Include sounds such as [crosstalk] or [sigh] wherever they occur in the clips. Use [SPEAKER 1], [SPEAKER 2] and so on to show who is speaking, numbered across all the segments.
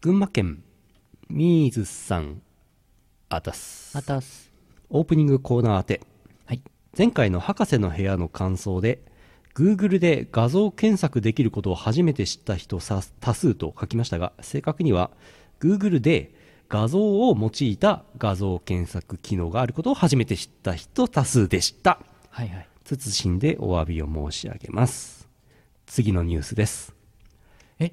[SPEAKER 1] 群馬県、みーずさん、あたす。
[SPEAKER 2] またす。
[SPEAKER 1] オープニングコーナー宛て。
[SPEAKER 2] はい。
[SPEAKER 1] 前回の博士の部屋の感想で、Google で画像検索できることを初めて知った人さ多数と書きましたが、正確には Google で画像を用いた画像検索機能があることを初めて知った人多数でした。
[SPEAKER 2] はいはい。
[SPEAKER 1] 謹んでお詫びを申し上げます。次のニュースです。
[SPEAKER 2] え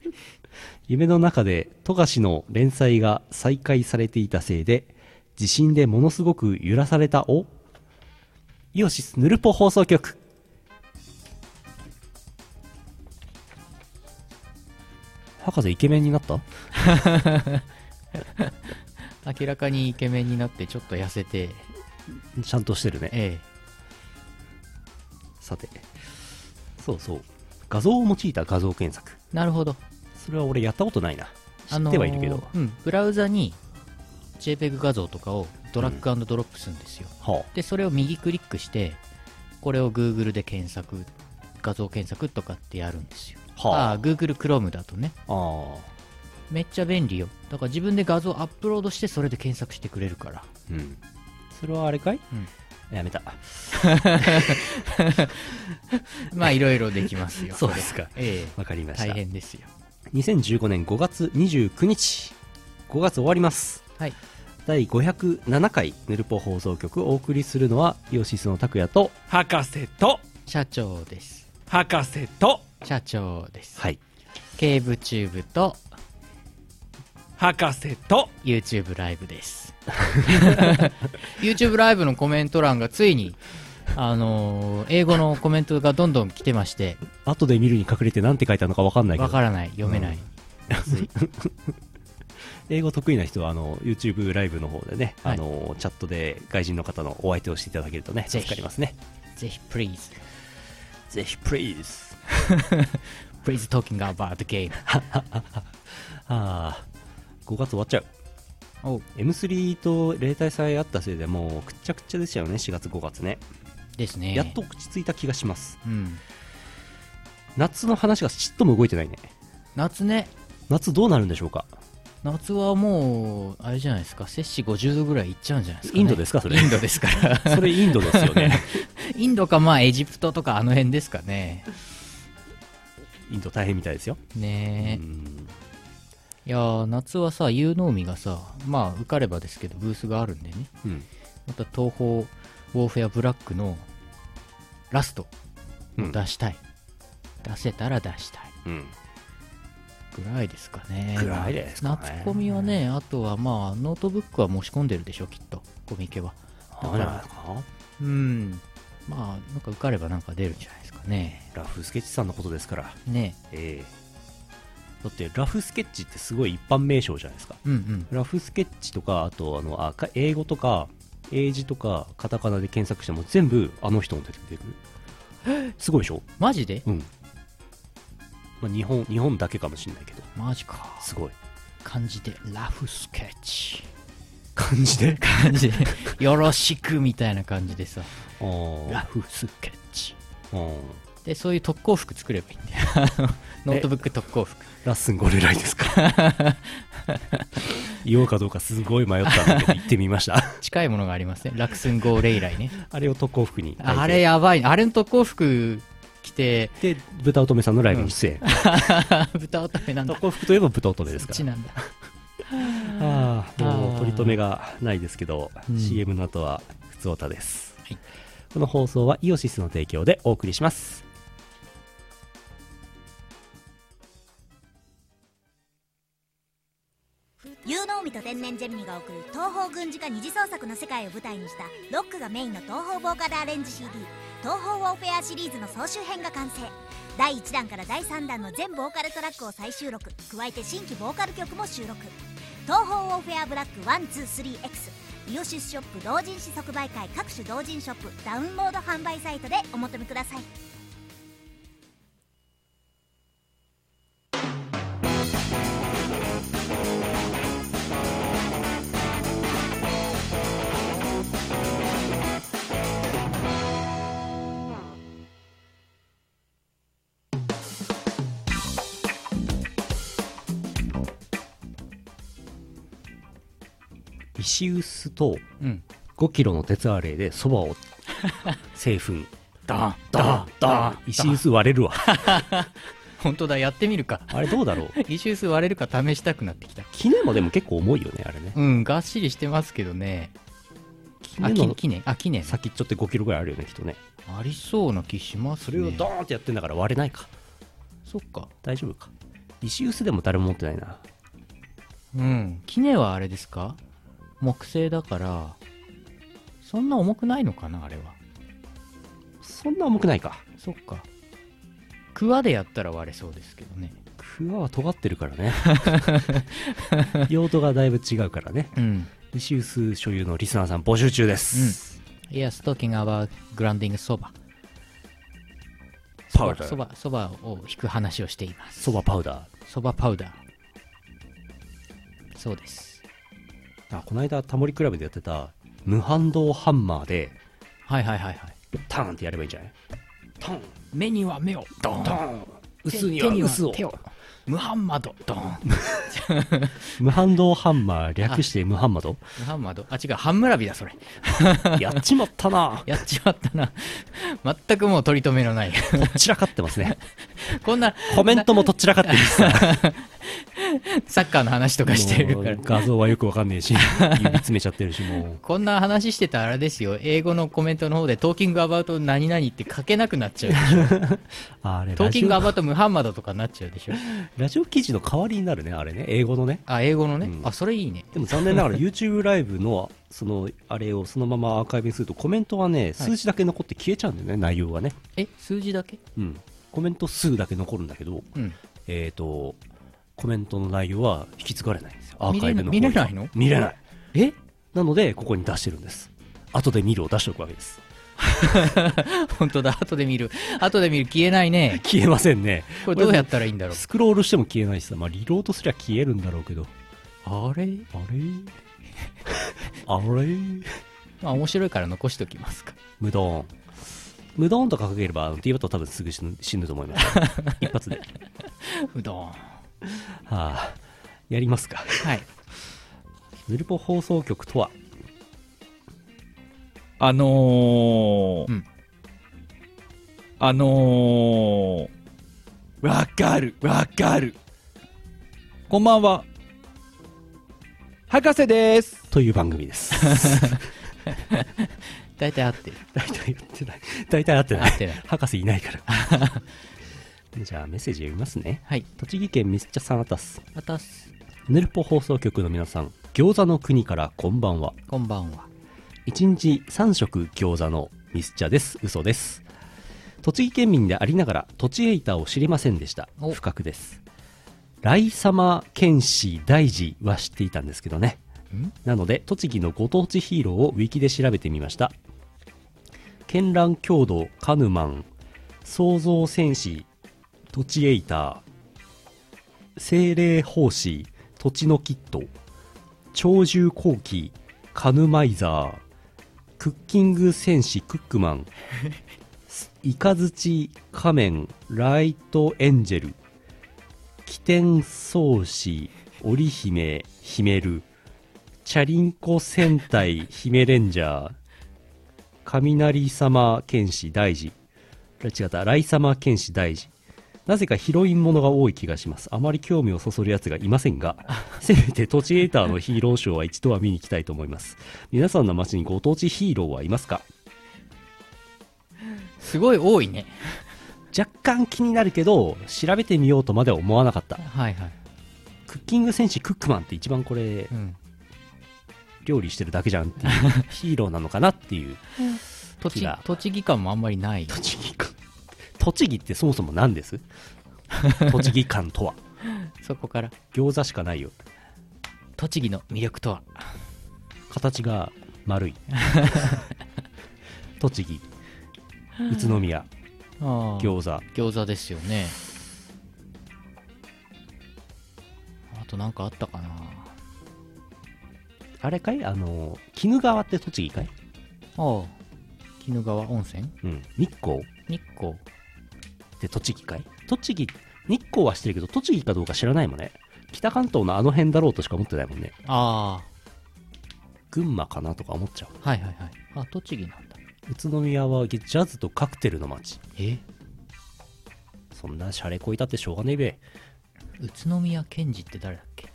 [SPEAKER 2] [laughs]
[SPEAKER 1] 夢の中で富樫の連載が再開されていたせいで、地震でものすごく揺らされたを、イオシスヌルポ放送局。博士イケメンになった
[SPEAKER 2] 明らかにイケメンになってちょっと痩せて、
[SPEAKER 1] ちゃんとしてるね。
[SPEAKER 2] ええ。
[SPEAKER 1] さて。そうそう。画像を用いた画像検索。
[SPEAKER 2] なるほど。
[SPEAKER 1] それは俺やったことないな。知
[SPEAKER 2] あの
[SPEAKER 1] っ
[SPEAKER 2] ー
[SPEAKER 1] てはいるけど。
[SPEAKER 2] うん。ブラウザに JPEG 画像とかをドラッグアンドドロップするんですよ。
[SPEAKER 1] は
[SPEAKER 2] で、それを右クリックして、これを Google で検索、画像検索とかってやるんですよ。
[SPEAKER 1] あ、はあ、
[SPEAKER 2] ああ、Google Chrome だとね。
[SPEAKER 1] ああ
[SPEAKER 2] めっちゃ便利よ。だから自分で画像アップロードしてそれで検索してくれるから。
[SPEAKER 1] [laughs] うんそれはあれかい、やめた
[SPEAKER 2] まあ、いろいろできますよ。
[SPEAKER 1] そうですか
[SPEAKER 2] ええ。
[SPEAKER 1] わかりました
[SPEAKER 2] 大変ですよ。
[SPEAKER 1] 2015年5月29日5月終わります
[SPEAKER 2] はい。
[SPEAKER 1] 第507回ヌルポ放送局お送りするのはイオシスの拓也と
[SPEAKER 3] 博士と
[SPEAKER 2] 社長です。
[SPEAKER 3] 博士と
[SPEAKER 2] 社長です。
[SPEAKER 1] はい
[SPEAKER 2] ケーブチューブと
[SPEAKER 3] 博士と
[SPEAKER 2] YouTube ライ
[SPEAKER 1] [laughs]
[SPEAKER 2] ブです。YouTube ライブのコメント欄がついに、あのー英語のコメントがどんどん来てまして、
[SPEAKER 1] 後で見るに隠れて何て書いてあるのか分かんないけ
[SPEAKER 2] わ
[SPEAKER 1] ど
[SPEAKER 2] からない、読めない。つい
[SPEAKER 1] 英語得意な人はあの YouTube ライブの方でね、あのチャットで外人の方のお相手をしていただけるとね
[SPEAKER 2] ぜ
[SPEAKER 1] 助
[SPEAKER 2] ひ
[SPEAKER 1] かりますね
[SPEAKER 2] ぜひ、please,
[SPEAKER 1] ぜひ please
[SPEAKER 2] please talking about the game.
[SPEAKER 1] ああ5月終わっちゃう
[SPEAKER 2] お
[SPEAKER 1] M3 と例大祭あったせいでもうくっちゃくちゃでしたよね4月5月ね
[SPEAKER 2] ですね。
[SPEAKER 1] やっと。落ち着いた気がします。
[SPEAKER 2] うん。
[SPEAKER 1] 夏の話がちっとも動いてないね。
[SPEAKER 2] 夏ね、
[SPEAKER 1] 夏どうなるんでしょうか
[SPEAKER 2] 夏はもう、あれじゃないですか、摂氏50度ぐらいいっちゃうんじゃないですか、ね。
[SPEAKER 1] インドですかそれ
[SPEAKER 2] インドですから。 [laughs]
[SPEAKER 1] それインドですよね。
[SPEAKER 2] インドか、まあ、エジプトとかあの辺ですかね。
[SPEAKER 1] インド大変みたいですよ。
[SPEAKER 2] ねえ。
[SPEAKER 1] うん
[SPEAKER 2] いやー夏はさ、有能実がさ、まあ受かればですけど、ブースがあるんでね、
[SPEAKER 1] うん。
[SPEAKER 2] また東方ウォーフェアブラックのラスト
[SPEAKER 1] うん。
[SPEAKER 2] 出したい、出せたら出したい
[SPEAKER 1] うん。
[SPEAKER 2] ぐらいですかね、
[SPEAKER 1] ぐらいですかね
[SPEAKER 2] 夏コミはね、あとはまあ、ノートブックは申し込んでるでしょ、きっと、コミケは。
[SPEAKER 1] あれじゃないですか
[SPEAKER 2] うん、まあ、なんか受かればなんか出るんじゃないですかね。
[SPEAKER 1] ラフスケッチさんのことですから。
[SPEAKER 2] ね
[SPEAKER 1] ええだって、ラフスケッチってすごい一般名称じゃないですか。
[SPEAKER 2] うんうん、
[SPEAKER 1] ラフスケッチとか、あと、あの、あか英語とか、英字とか、カタカナで検索しても全部あの人の出てくる。すごいでしょ
[SPEAKER 2] マジで
[SPEAKER 1] うん。まあ、日本、日本だけかもしれないけど。
[SPEAKER 2] マジか。
[SPEAKER 1] すごい。
[SPEAKER 2] 漢字で、ラフスケッチ。
[SPEAKER 1] 感じで
[SPEAKER 2] 感じで、よろしくみたいな感じでさ。
[SPEAKER 1] あ
[SPEAKER 2] ラフスケッチ
[SPEAKER 1] あ
[SPEAKER 2] でそういう特攻服作ればいいんだよあの
[SPEAKER 1] [laughs]
[SPEAKER 2] ノートブック特攻服
[SPEAKER 1] ラッスンゴレライですか [laughs] 言おうかどうかすごい迷ったんだけど言ってみました
[SPEAKER 2] 近いものがありますねラクスン号レイライね
[SPEAKER 1] [laughs] あれを特攻服に
[SPEAKER 2] ああれやばいねあれの特攻服着て
[SPEAKER 1] で豚乙女さんのライブに出演、
[SPEAKER 2] 豚を食べなんだ
[SPEAKER 1] 特攻
[SPEAKER 2] こ
[SPEAKER 1] 服といえば豚乙女です
[SPEAKER 2] っ
[SPEAKER 1] か
[SPEAKER 2] ち
[SPEAKER 1] ら
[SPEAKER 2] なんだ
[SPEAKER 1] ああも
[SPEAKER 2] あ
[SPEAKER 1] う
[SPEAKER 2] ー
[SPEAKER 1] 取り留めがないですけど、
[SPEAKER 2] うん
[SPEAKER 1] CM の後はふつおたです、
[SPEAKER 2] はい
[SPEAKER 1] この放送はイオシスの提供でお送りします
[SPEAKER 4] 有能美と天然ジェミニが送る東方軍事化二次創作の世界を舞台にしたロックがメインの東方ボーカルアレンジ CD「東方ウォーフェア」シリーズの総集編が完成第1弾から第3弾の全ボーカルトラックを再収録加えて新規ボーカル曲も収録「東方ウォーフェアブラック 123X」イオシスショップ同人誌即売会各種同人ショップダウンロード販売サイトでお求めください
[SPEAKER 1] ビシウスと
[SPEAKER 2] うん。
[SPEAKER 1] 5キロの鉄アレイでそば
[SPEAKER 2] [laughs]
[SPEAKER 1] を製粉
[SPEAKER 2] ダン、
[SPEAKER 1] ダーダー石臼割れるわ
[SPEAKER 2] 本当だ、やってみるか。
[SPEAKER 1] あれどうだ
[SPEAKER 2] [laughs]
[SPEAKER 1] ろう
[SPEAKER 2] イシュース割れるか試したくなってきた。
[SPEAKER 1] 絹もでも結構重いよねあれね
[SPEAKER 2] うん、がっしりしてますけどね。あ、
[SPEAKER 1] 絹
[SPEAKER 2] き
[SPEAKER 1] の
[SPEAKER 2] 記念、あ、記念。
[SPEAKER 1] 先っちょって5キロぐらいあるよねきっとね
[SPEAKER 2] ありそうな気します
[SPEAKER 1] そ
[SPEAKER 2] ね。
[SPEAKER 1] れをドーンってやってんだから割れないか
[SPEAKER 2] そっか。
[SPEAKER 1] 大丈夫か石臼でも誰も持ってないな
[SPEAKER 2] うん。キネはあれですか木製だから、そんな重くないのかな、あれは。
[SPEAKER 1] そんな重くないか
[SPEAKER 2] そっか。クワでやったら割れそうですけどね。
[SPEAKER 1] クワは尖ってるからね
[SPEAKER 2] [laughs]
[SPEAKER 1] 用途がだいぶ違うからね
[SPEAKER 2] うん。
[SPEAKER 1] 石臼所有のリスナーさん募集中です、
[SPEAKER 2] Yes, talking about grounding そば。
[SPEAKER 1] パウダ
[SPEAKER 2] そ
[SPEAKER 1] ー
[SPEAKER 2] ば、そばを引く話をしています。
[SPEAKER 1] そばパウダー
[SPEAKER 2] そばパウダー。そうです。
[SPEAKER 1] あこの間タモリクラブでやってた無反動ハンマーで
[SPEAKER 2] はいはいはいはい。
[SPEAKER 1] ターンってやればいいんじゃないターン
[SPEAKER 2] 目には目を、ドーン。
[SPEAKER 1] ターン薄には薄を
[SPEAKER 2] 手には手を。ムハンマド、ドーン。
[SPEAKER 1] 無反動ハンマー略して無ハンマド
[SPEAKER 2] ムハンマド。あ、違う、ハンムラビだ、それ。
[SPEAKER 1] やっちまったな
[SPEAKER 2] やっちまったな。 [laughs] 全くもう取り留めのない。 [laughs]
[SPEAKER 1] とっちらかってますね
[SPEAKER 2] こんな、
[SPEAKER 1] コメントもとっちらかってるしさ
[SPEAKER 2] サッカーの話とかしてるから
[SPEAKER 1] もう。画像はよくわかんねえ
[SPEAKER 2] [laughs]
[SPEAKER 1] し指詰めちゃってるしも
[SPEAKER 2] こんな話してたらあれですよ。英語のコメントの方で、トーキングアバウト何々って書けなくなっちゃ
[SPEAKER 1] [laughs]
[SPEAKER 2] うでしょ。
[SPEAKER 1] うあれ
[SPEAKER 2] トー
[SPEAKER 1] ラ
[SPEAKER 2] キ
[SPEAKER 1] ジ
[SPEAKER 2] ングア
[SPEAKER 1] オ
[SPEAKER 2] バウトムハンマドとかになっちゃうでしょ。
[SPEAKER 1] ラジオ記事の代わりになるねあれね英語のね
[SPEAKER 2] あ、英語のね。
[SPEAKER 1] うん
[SPEAKER 2] あ、それいいね。
[SPEAKER 1] でも残念なが
[SPEAKER 2] [laughs]
[SPEAKER 1] ら YouTube ライブのそのあれをそのままアーカイブにするとコメントはね数字だけ残って消えちゃうんだよね、内容はね
[SPEAKER 2] え、数字だけ
[SPEAKER 1] うん、コメント数だけ残るんだけど、
[SPEAKER 2] うん。
[SPEAKER 1] えー、とコメントの内容は引き継がれないんですよアー
[SPEAKER 2] 見
[SPEAKER 1] カイ
[SPEAKER 2] れ
[SPEAKER 1] ブ
[SPEAKER 2] な
[SPEAKER 1] の
[SPEAKER 2] 見
[SPEAKER 1] 方
[SPEAKER 2] れ
[SPEAKER 1] には
[SPEAKER 2] ないの
[SPEAKER 1] 見れない
[SPEAKER 2] え [laughs]
[SPEAKER 1] なのでここに出してるんです後で見るを出しておくわけです
[SPEAKER 2] 本当だ。後で見る。後で見る。消えないね。
[SPEAKER 1] 消えませんね
[SPEAKER 2] これどうやったらいいんだ
[SPEAKER 1] [laughs]
[SPEAKER 2] ろう。
[SPEAKER 1] スクロールしても消えないしさ、まあ、リロードすりゃ消えるんだろうけど
[SPEAKER 2] あれ
[SPEAKER 1] あれ [laughs] あれ
[SPEAKER 2] まあ面白いから残しときますか。
[SPEAKER 1] 無丼無丼とかかければあの D バットは多分すぐ死ぬ死ぬと思います
[SPEAKER 2] [laughs]
[SPEAKER 1] 一発では
[SPEAKER 2] うどん。は
[SPEAKER 1] あやりますか
[SPEAKER 2] い。
[SPEAKER 1] ヌルポ放送局とは
[SPEAKER 3] あのー
[SPEAKER 2] うん
[SPEAKER 3] あのーわかる、わかる。こんばんは。博士です。
[SPEAKER 1] という番組です
[SPEAKER 2] [laughs] 大体合ってる。
[SPEAKER 1] 大体やってない大体合って
[SPEAKER 2] 合
[SPEAKER 1] ない
[SPEAKER 2] ってない。
[SPEAKER 1] 博士いないから [laughs] じゃあメッセージ読みますね
[SPEAKER 2] はい。
[SPEAKER 1] 栃木県ミスチャさんあたす
[SPEAKER 2] またす。
[SPEAKER 1] ヌルポ放送局の皆さん餃子の国からこんばんは
[SPEAKER 2] こんばんは。
[SPEAKER 1] 1日3食餃子のミスチャです嘘です栃木県民でありながら栃エイターを知りませんでした
[SPEAKER 2] お
[SPEAKER 1] 不覚です来様剣士大事は知っていたんですけどね
[SPEAKER 2] ん
[SPEAKER 1] なので栃木のご当地ヒーローをウィキで調べてみました絢爛郷土カヌマン創造戦士土地エイター精霊奉仕土地のキット鳥獣後期カヌマイザークッキング戦士クックマンイカズチ仮面ライトエンジェル起点創始織姫ヒメルチャリンコ戦隊姫レンジャー雷様剣士大事違った雷様剣士大事なぜかヒロインものが多い気がしますあまり興味をそそるやつがいませんがせめて土地エーターのヒーローショーは一度は見に行きたいと思います皆さんの街にご当地ヒーローはいますか
[SPEAKER 2] すごい多いね。
[SPEAKER 1] 若干気になるけど調べてみようとまでは思わなかった
[SPEAKER 2] はいはい。
[SPEAKER 1] クッキング戦士クックマンって一番これ
[SPEAKER 2] うん。
[SPEAKER 1] 料理してるだけじゃんっていうヒーローなのかなっていう
[SPEAKER 2] 栃
[SPEAKER 1] 木
[SPEAKER 2] 木
[SPEAKER 1] が、
[SPEAKER 2] 栃木感もあんまりない。
[SPEAKER 1] 栃木感栃木ってそもそも何です栃木感とは
[SPEAKER 2] そこから。
[SPEAKER 1] 餃子しかないよ
[SPEAKER 2] 栃木の魅力とは。
[SPEAKER 1] 形が丸い栃木宇都宮
[SPEAKER 2] あー
[SPEAKER 1] 餃子
[SPEAKER 2] 餃子ですよね。あとなんかあったかな
[SPEAKER 1] あれかいあの鬼怒川って栃木かい
[SPEAKER 2] ああ。鬼怒川温泉
[SPEAKER 1] うん日光っ
[SPEAKER 2] 日光。
[SPEAKER 1] て栃木かい栃木日光はしてるけど栃木かどうか知らないもんね北関東のあの辺だろうとしか思ってないもんね
[SPEAKER 2] ああ。
[SPEAKER 1] 群馬かなとか思っちゃう
[SPEAKER 2] はいはいはいあ栃木なんだ
[SPEAKER 1] 宇都宮はジャズとカクテルの街
[SPEAKER 2] え
[SPEAKER 1] そんなシャレこいたってしょうがねえべ
[SPEAKER 2] 宇都宮健治って誰だっけ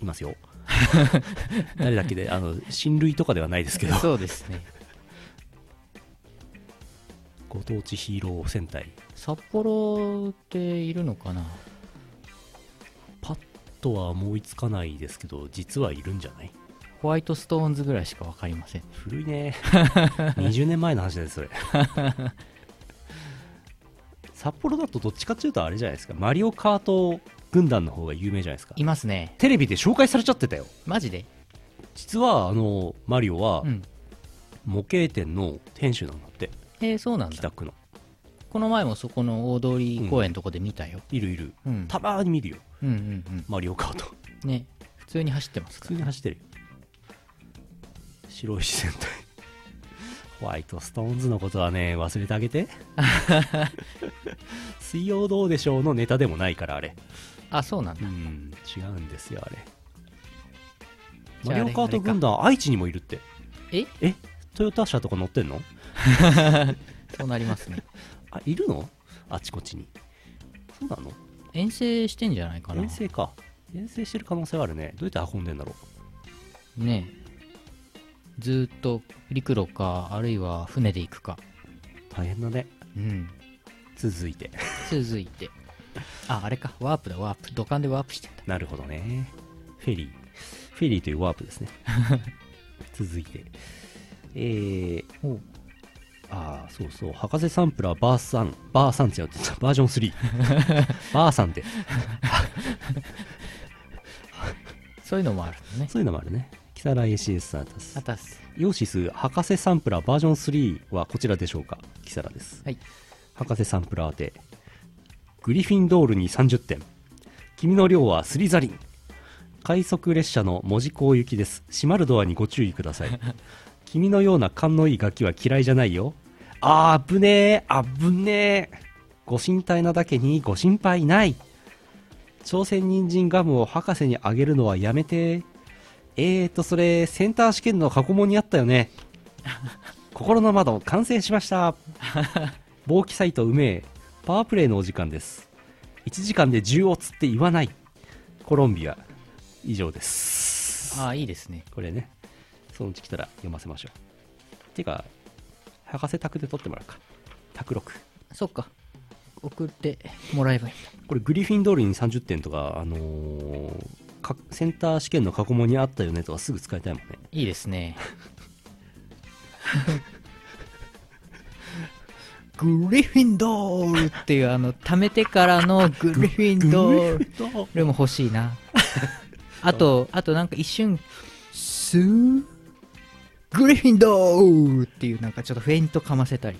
[SPEAKER 1] いますよ誰だっけであの親類とかではないですけど
[SPEAKER 2] [laughs] そうですね
[SPEAKER 1] ご当地ヒーロー戦隊
[SPEAKER 2] 札幌っているのかな
[SPEAKER 1] パッとは思いつかないですけど実はいるんじゃない
[SPEAKER 2] ホワイトストーンズぐらいしか分かりません
[SPEAKER 1] 古い
[SPEAKER 2] [laughs]
[SPEAKER 1] ね20年前の話だよそれ札幌だとどっちかっていうとあれじゃないですかマリオカート軍団の方が有名じゃないですか
[SPEAKER 2] いますね
[SPEAKER 1] テレビで紹介されちゃってたよ
[SPEAKER 2] マジで
[SPEAKER 1] 実はあのマリオは
[SPEAKER 2] うん
[SPEAKER 1] 模型店の店主なんだって
[SPEAKER 2] えー、そうなんだ
[SPEAKER 1] 北区の
[SPEAKER 2] この前もそこの大通公園のとこで見たよ、
[SPEAKER 1] いるいる
[SPEAKER 2] うん、
[SPEAKER 1] たまーに見るよ
[SPEAKER 2] うんうんうん
[SPEAKER 1] マリオカート
[SPEAKER 2] ね普通に走ってます
[SPEAKER 1] 普
[SPEAKER 2] か
[SPEAKER 1] 通に走ってるよ白石戦隊ホワイトストーンズのことはね忘れてあげて水曜どうでしょうのネタでもないからあれ
[SPEAKER 2] らあそうなんだ
[SPEAKER 1] うん違うんですよあれ
[SPEAKER 2] じゃ
[SPEAKER 1] マ
[SPEAKER 2] あ
[SPEAKER 1] リオカート軍団愛知にもいるって
[SPEAKER 2] え
[SPEAKER 1] えトヨタ車とか乗ってんの
[SPEAKER 2] そうなります [laughs] ね
[SPEAKER 1] あいるのあちこちにそうなの
[SPEAKER 2] 遠征してんじゃないかな
[SPEAKER 1] 遠征か遠征してる可能性はあるねどうやって運んでんだろ
[SPEAKER 2] ねずーっと陸路かあるいは船で行くか
[SPEAKER 1] う大変だね
[SPEAKER 2] うん
[SPEAKER 1] 続いて
[SPEAKER 2] 続いてああれかワープだワープ土管でワープしてんだ
[SPEAKER 1] なるほどねフェリーフェリーというワープですね [laughs] 続いてえー、ああそうそう博士サンプラーバーサンバーサンってやってたバージョン3バーサンって
[SPEAKER 2] そういうのもあるのね
[SPEAKER 1] そういうのもあるねキサラ ACS さんです
[SPEAKER 2] あたす
[SPEAKER 1] ヨシス博士サンプラーバージョン3はこちらでしょうかキサラです
[SPEAKER 2] はい
[SPEAKER 1] 博士サンプラーでグリフィンドールに30点君の量はスリザリン快速列車の門司港行きです閉まるドアにご注意ください君のような勘のいいガキは嫌いじゃないよあーぶねえあぶねえご神体なだけにご心配ない朝鮮人参ガムを博士にあげるのはやめてえーとそれセンター試験の過去問にあったよね心の窓完成しました防気サイトうめえパワープレイのお時間です1時間で10をつって言わないコロンビア以上です
[SPEAKER 2] ああいいですね
[SPEAKER 1] これねそのうち来たら読ませましょうてか博士宅で撮ってもらうか宅録
[SPEAKER 2] そっか送ってもらえばいいんだ
[SPEAKER 1] これグリフィンドールに30点とかあのーかセンター試験の過去問にあったよねとかすぐ使いたいもんね
[SPEAKER 2] いいですねグリフィンドールっていうあの貯めてからのグリフィンドールこれも欲しいなあとあとなんか一瞬スーグリフィンドールっていうなんかちょっとフェイントかませたり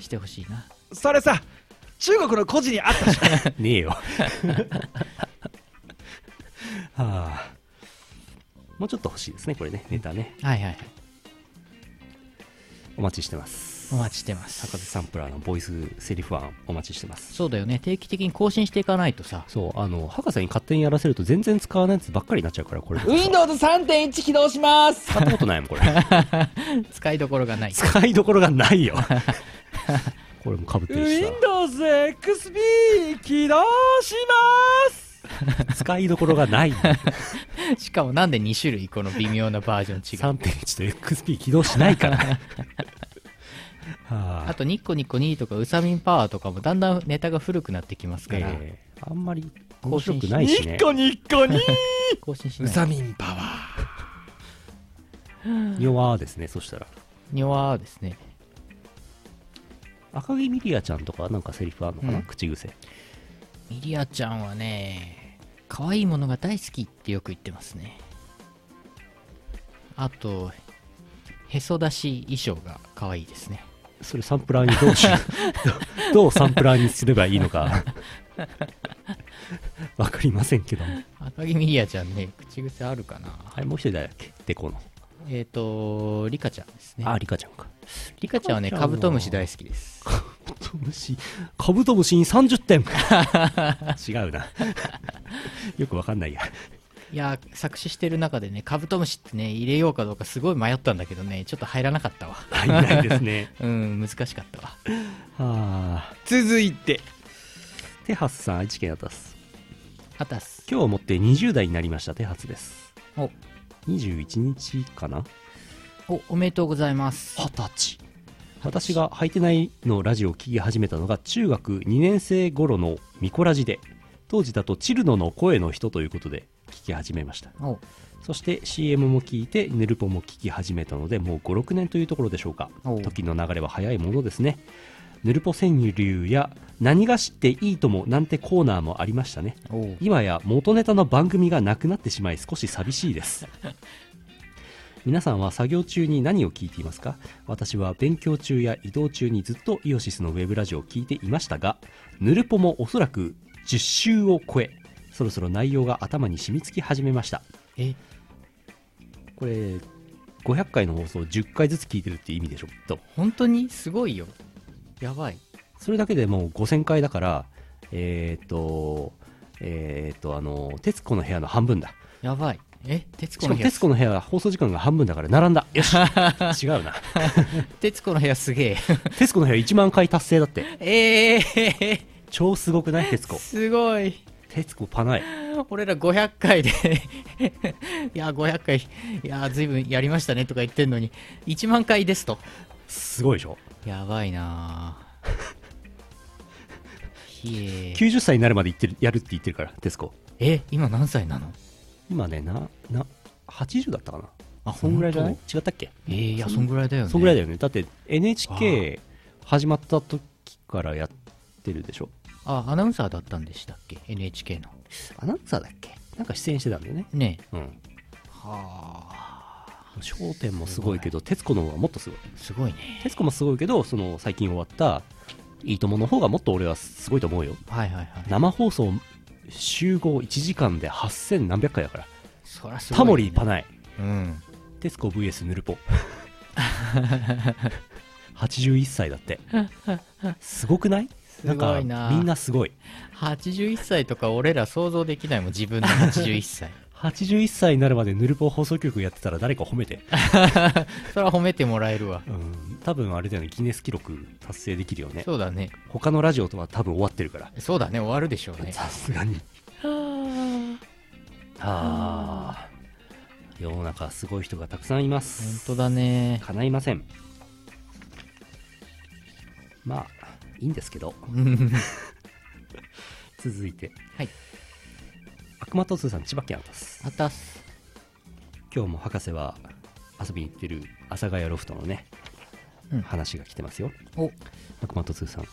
[SPEAKER 2] してほしいな
[SPEAKER 3] それさ中国の孤児にあったじゃん
[SPEAKER 1] [laughs] ねえよ [laughs] はあもうちょっと欲しいですねこれねネタね
[SPEAKER 2] はいはいはい
[SPEAKER 1] お待ちしてます
[SPEAKER 2] お待ちしてます
[SPEAKER 1] 博士サンプラーのボイスセリフ案お待ちしてます
[SPEAKER 2] そうだよね定期的に更新していかないとさ
[SPEAKER 1] そうあの博士に勝手にやらせると全然使わないやつばっかりになっちゃうからこれ
[SPEAKER 3] Windows3.1 起動します
[SPEAKER 1] 使ったことないもんこれ
[SPEAKER 2] 使いどころがない
[SPEAKER 1] 使いどころがないよこれもかぶってるし
[SPEAKER 3] WindowsXP 起動します
[SPEAKER 1] さ使いどころがない
[SPEAKER 2] [laughs] しかもなんで2種類この微妙なバージョン違う
[SPEAKER 1] 3.1と XP 起動しないからはあ
[SPEAKER 2] あとニッコニコ2とかウサミンパワーとかもだんだんネタが古くなってきますから、
[SPEAKER 1] ええあんまり面
[SPEAKER 2] 更新
[SPEAKER 1] 白
[SPEAKER 2] し
[SPEAKER 1] くないしね
[SPEAKER 3] ニッ [laughs] コニ
[SPEAKER 2] 更新し
[SPEAKER 3] ウ
[SPEAKER 2] ない
[SPEAKER 3] サミンパワ
[SPEAKER 1] 弱ですねそしたら
[SPEAKER 2] にわーですね
[SPEAKER 1] 赤木ミリアちゃんとかはなんかセリフあるのかな、
[SPEAKER 2] うん
[SPEAKER 1] 口癖
[SPEAKER 2] ミリアちゃんはね可愛いものが大好きってよく言ってますねあとへそ出し衣装が可愛いですね
[SPEAKER 1] それサンプラーにどうし [laughs] どどうサンプラーにすればいいのかわかりませんけども
[SPEAKER 2] 赤木ミリアちゃんね口癖あるかな
[SPEAKER 1] はいもう一人誰だっけデコの
[SPEAKER 2] えっ、とリカちゃんですね
[SPEAKER 1] あリカちゃんか
[SPEAKER 2] リカちゃんはね
[SPEAKER 1] リカちゃ
[SPEAKER 2] カ
[SPEAKER 1] んは
[SPEAKER 2] ブトムシ大好きです
[SPEAKER 1] カブトムシカブトムシに30点違うなよくわかんないや
[SPEAKER 2] いやー作詞してる中でねカブトムシってね入れようかどうかすごい迷ったんだけどねちょっと入らなかったわ
[SPEAKER 1] 入んないです [laughs] ね
[SPEAKER 2] うん難しかったわ
[SPEAKER 1] はあ
[SPEAKER 3] 続いて
[SPEAKER 1] テハスさん愛知県あたす
[SPEAKER 2] あたす
[SPEAKER 1] 今日をもって20代になりましたテハスです
[SPEAKER 2] お
[SPEAKER 1] 21日かな
[SPEAKER 2] おおめでとうございます
[SPEAKER 1] 二十歳私が「はいてない」のラジオを聴き始めたのが中学2年生頃のミコラジで当時だとチルノの声の人ということで聴き始めました
[SPEAKER 2] お
[SPEAKER 1] そして CM も聞いてネルポも聞き始めたのでもう56年というところでしょうか
[SPEAKER 2] おう
[SPEAKER 1] 時の流れは早いものですねネルポ川柳や何が知っていいともなんてコーナーもありましたね
[SPEAKER 2] おう
[SPEAKER 1] 今や元ネタの番組がなくなってしまい少し寂しいです皆さんは作業中に何を聞いていますか私は勉強中や移動中にずっとイオシスのウェブラジオを聞いていましたがヌルポもおそらく10週を超えそろそろ内容が頭に染みつき始めました
[SPEAKER 2] え
[SPEAKER 1] これ500回の放送を10回ずつ聞いてるって意味でしょきっと
[SPEAKER 2] 本当にすごいよやばい
[SPEAKER 1] それだけでもう5000回だからえー、っとえー、っとあの「徹子の部屋」の半分だ
[SPEAKER 2] やばいえ徹
[SPEAKER 1] し
[SPEAKER 2] 子
[SPEAKER 1] かも
[SPEAKER 2] の
[SPEAKER 1] 「
[SPEAKER 2] 部屋
[SPEAKER 1] 徹子の部屋」は放送時間が半分だから並んだよし違うな
[SPEAKER 2] [laughs] 徹子の部屋すげ
[SPEAKER 1] 「徹子の部屋」1万回達成だって
[SPEAKER 2] ええー、
[SPEAKER 1] 超すごくない徹子
[SPEAKER 2] すごい
[SPEAKER 1] 徹子パない
[SPEAKER 2] 俺ら500回でいや500回いや随分やりましたねとか言ってんのに1万回ですと
[SPEAKER 1] すごいでしょ
[SPEAKER 2] やば
[SPEAKER 1] [laughs]
[SPEAKER 2] いなぁひえ
[SPEAKER 1] 90歳になるまで言ってるやるって言ってるから徹子
[SPEAKER 2] え今何歳なの
[SPEAKER 1] 今ねなな80だったかな
[SPEAKER 2] あ
[SPEAKER 1] そんぐらいじゃない
[SPEAKER 2] 本
[SPEAKER 1] 違ったっけ
[SPEAKER 2] 当えー、いやそんぐらいだよね
[SPEAKER 1] そんぐらいだ
[SPEAKER 2] よ
[SPEAKER 1] よねだって NHK 始まった時からやってるでしょ
[SPEAKER 2] あアナウンサーだったんでしたっけ NHK の
[SPEAKER 1] アナウンサーだっけなんか出演してたんだよね
[SPEAKER 2] ね
[SPEAKER 1] うん
[SPEAKER 2] えはあ
[SPEAKER 1] 『笑点』もすごいけど『徹子』の方がもっとすごい
[SPEAKER 2] すごいね
[SPEAKER 1] 『徹子』もすごいけどその最近終わった『いいとも!』の方がもっと俺はすごいと思うよ
[SPEAKER 2] はいはいはい
[SPEAKER 1] 生放送集合1時間で8000何百回だから、
[SPEAKER 2] そらすごい、ね、
[SPEAKER 1] タモリパナイ
[SPEAKER 2] うん
[SPEAKER 1] 徹子 VS ヌル
[SPEAKER 2] [laughs]
[SPEAKER 1] ポ81歳だってすごくない
[SPEAKER 2] すごいなん
[SPEAKER 1] かみんなすごい
[SPEAKER 2] 81歳とか俺ら想像できないもん自分の81歳
[SPEAKER 1] [laughs] 81歳になるまでヌルポ放送局やってたら誰か褒めて、
[SPEAKER 2] それは褒めてもらえるわ
[SPEAKER 1] うん、多分あれだよねギネス記録達成できるよね
[SPEAKER 2] そうだね
[SPEAKER 1] 他のラジオとは多分終わってるから
[SPEAKER 2] そうだね終わるでしょうね
[SPEAKER 1] さすがにはあ世の中すごい人がたくさんいます
[SPEAKER 2] 本当だね
[SPEAKER 1] 叶いませんまあいいんですけ
[SPEAKER 2] [laughs]
[SPEAKER 1] ど
[SPEAKER 2] うん
[SPEAKER 1] 続いて
[SPEAKER 2] はい
[SPEAKER 1] 悪魔と通さん千葉県あたす
[SPEAKER 2] あたす
[SPEAKER 1] 今日も博士は遊びに行ってる阿佐ヶ谷ロフトのね、
[SPEAKER 2] うん
[SPEAKER 1] 話が来てますよ
[SPEAKER 2] お
[SPEAKER 1] 悪魔と通さん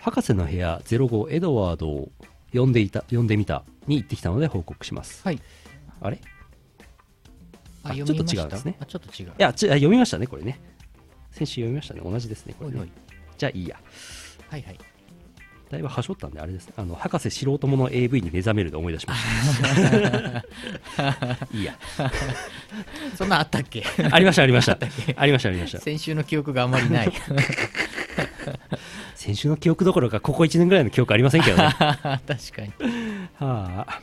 [SPEAKER 1] 博士の部屋05エドワードを呼んでいた呼んでみたに行ってきたので報告します、
[SPEAKER 2] はい
[SPEAKER 1] あれい
[SPEAKER 2] あ
[SPEAKER 1] あ
[SPEAKER 2] 読みまし
[SPEAKER 1] ちょっと違う
[SPEAKER 2] た
[SPEAKER 1] んですね
[SPEAKER 2] あちょっと違う
[SPEAKER 1] やちあ読みましたねこれね先週読みましたね同じですねこ
[SPEAKER 2] お
[SPEAKER 1] れ
[SPEAKER 2] い
[SPEAKER 1] ね
[SPEAKER 2] おい
[SPEAKER 1] じゃあいいや
[SPEAKER 2] はいはい
[SPEAKER 1] だいぶはしょったんであれですねあの博士素人もの AV に目覚めるで思い出しました
[SPEAKER 2] [laughs]
[SPEAKER 1] いいや
[SPEAKER 2] そんなんあったっけ
[SPEAKER 1] ありましたありましたありましたありました
[SPEAKER 2] 先週の記憶があまりない [laughs]
[SPEAKER 1] 先週の記憶どころかここ1年ぐらいの記憶ありませんけ
[SPEAKER 2] [laughs]
[SPEAKER 1] どねは
[SPEAKER 2] 確かに
[SPEAKER 1] あ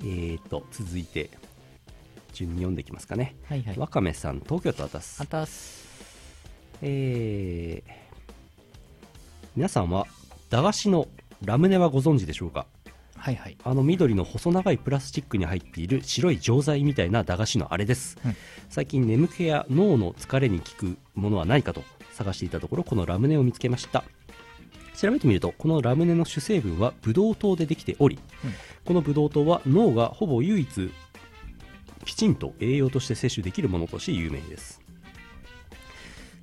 [SPEAKER 1] えーと続いて順に読んでいきますかね
[SPEAKER 2] はいはい
[SPEAKER 1] わかめさん東京都あたす
[SPEAKER 2] あたす
[SPEAKER 1] えー皆さんは駄菓子のラムネはご存知でしょうか
[SPEAKER 2] はいはい
[SPEAKER 1] あの緑の細長いプラスチックに入っている白い錠剤みたいな駄菓子のあれです、
[SPEAKER 2] うん
[SPEAKER 1] 最近眠気や脳の疲れに効くものはないかと探していたところこのラムネを見つけました調べてみるとこのラムネの主成分はブドウ糖でできており、
[SPEAKER 2] うん
[SPEAKER 1] このブドウ糖は脳がほぼ唯一きちんと栄養として摂取できるものとして有名です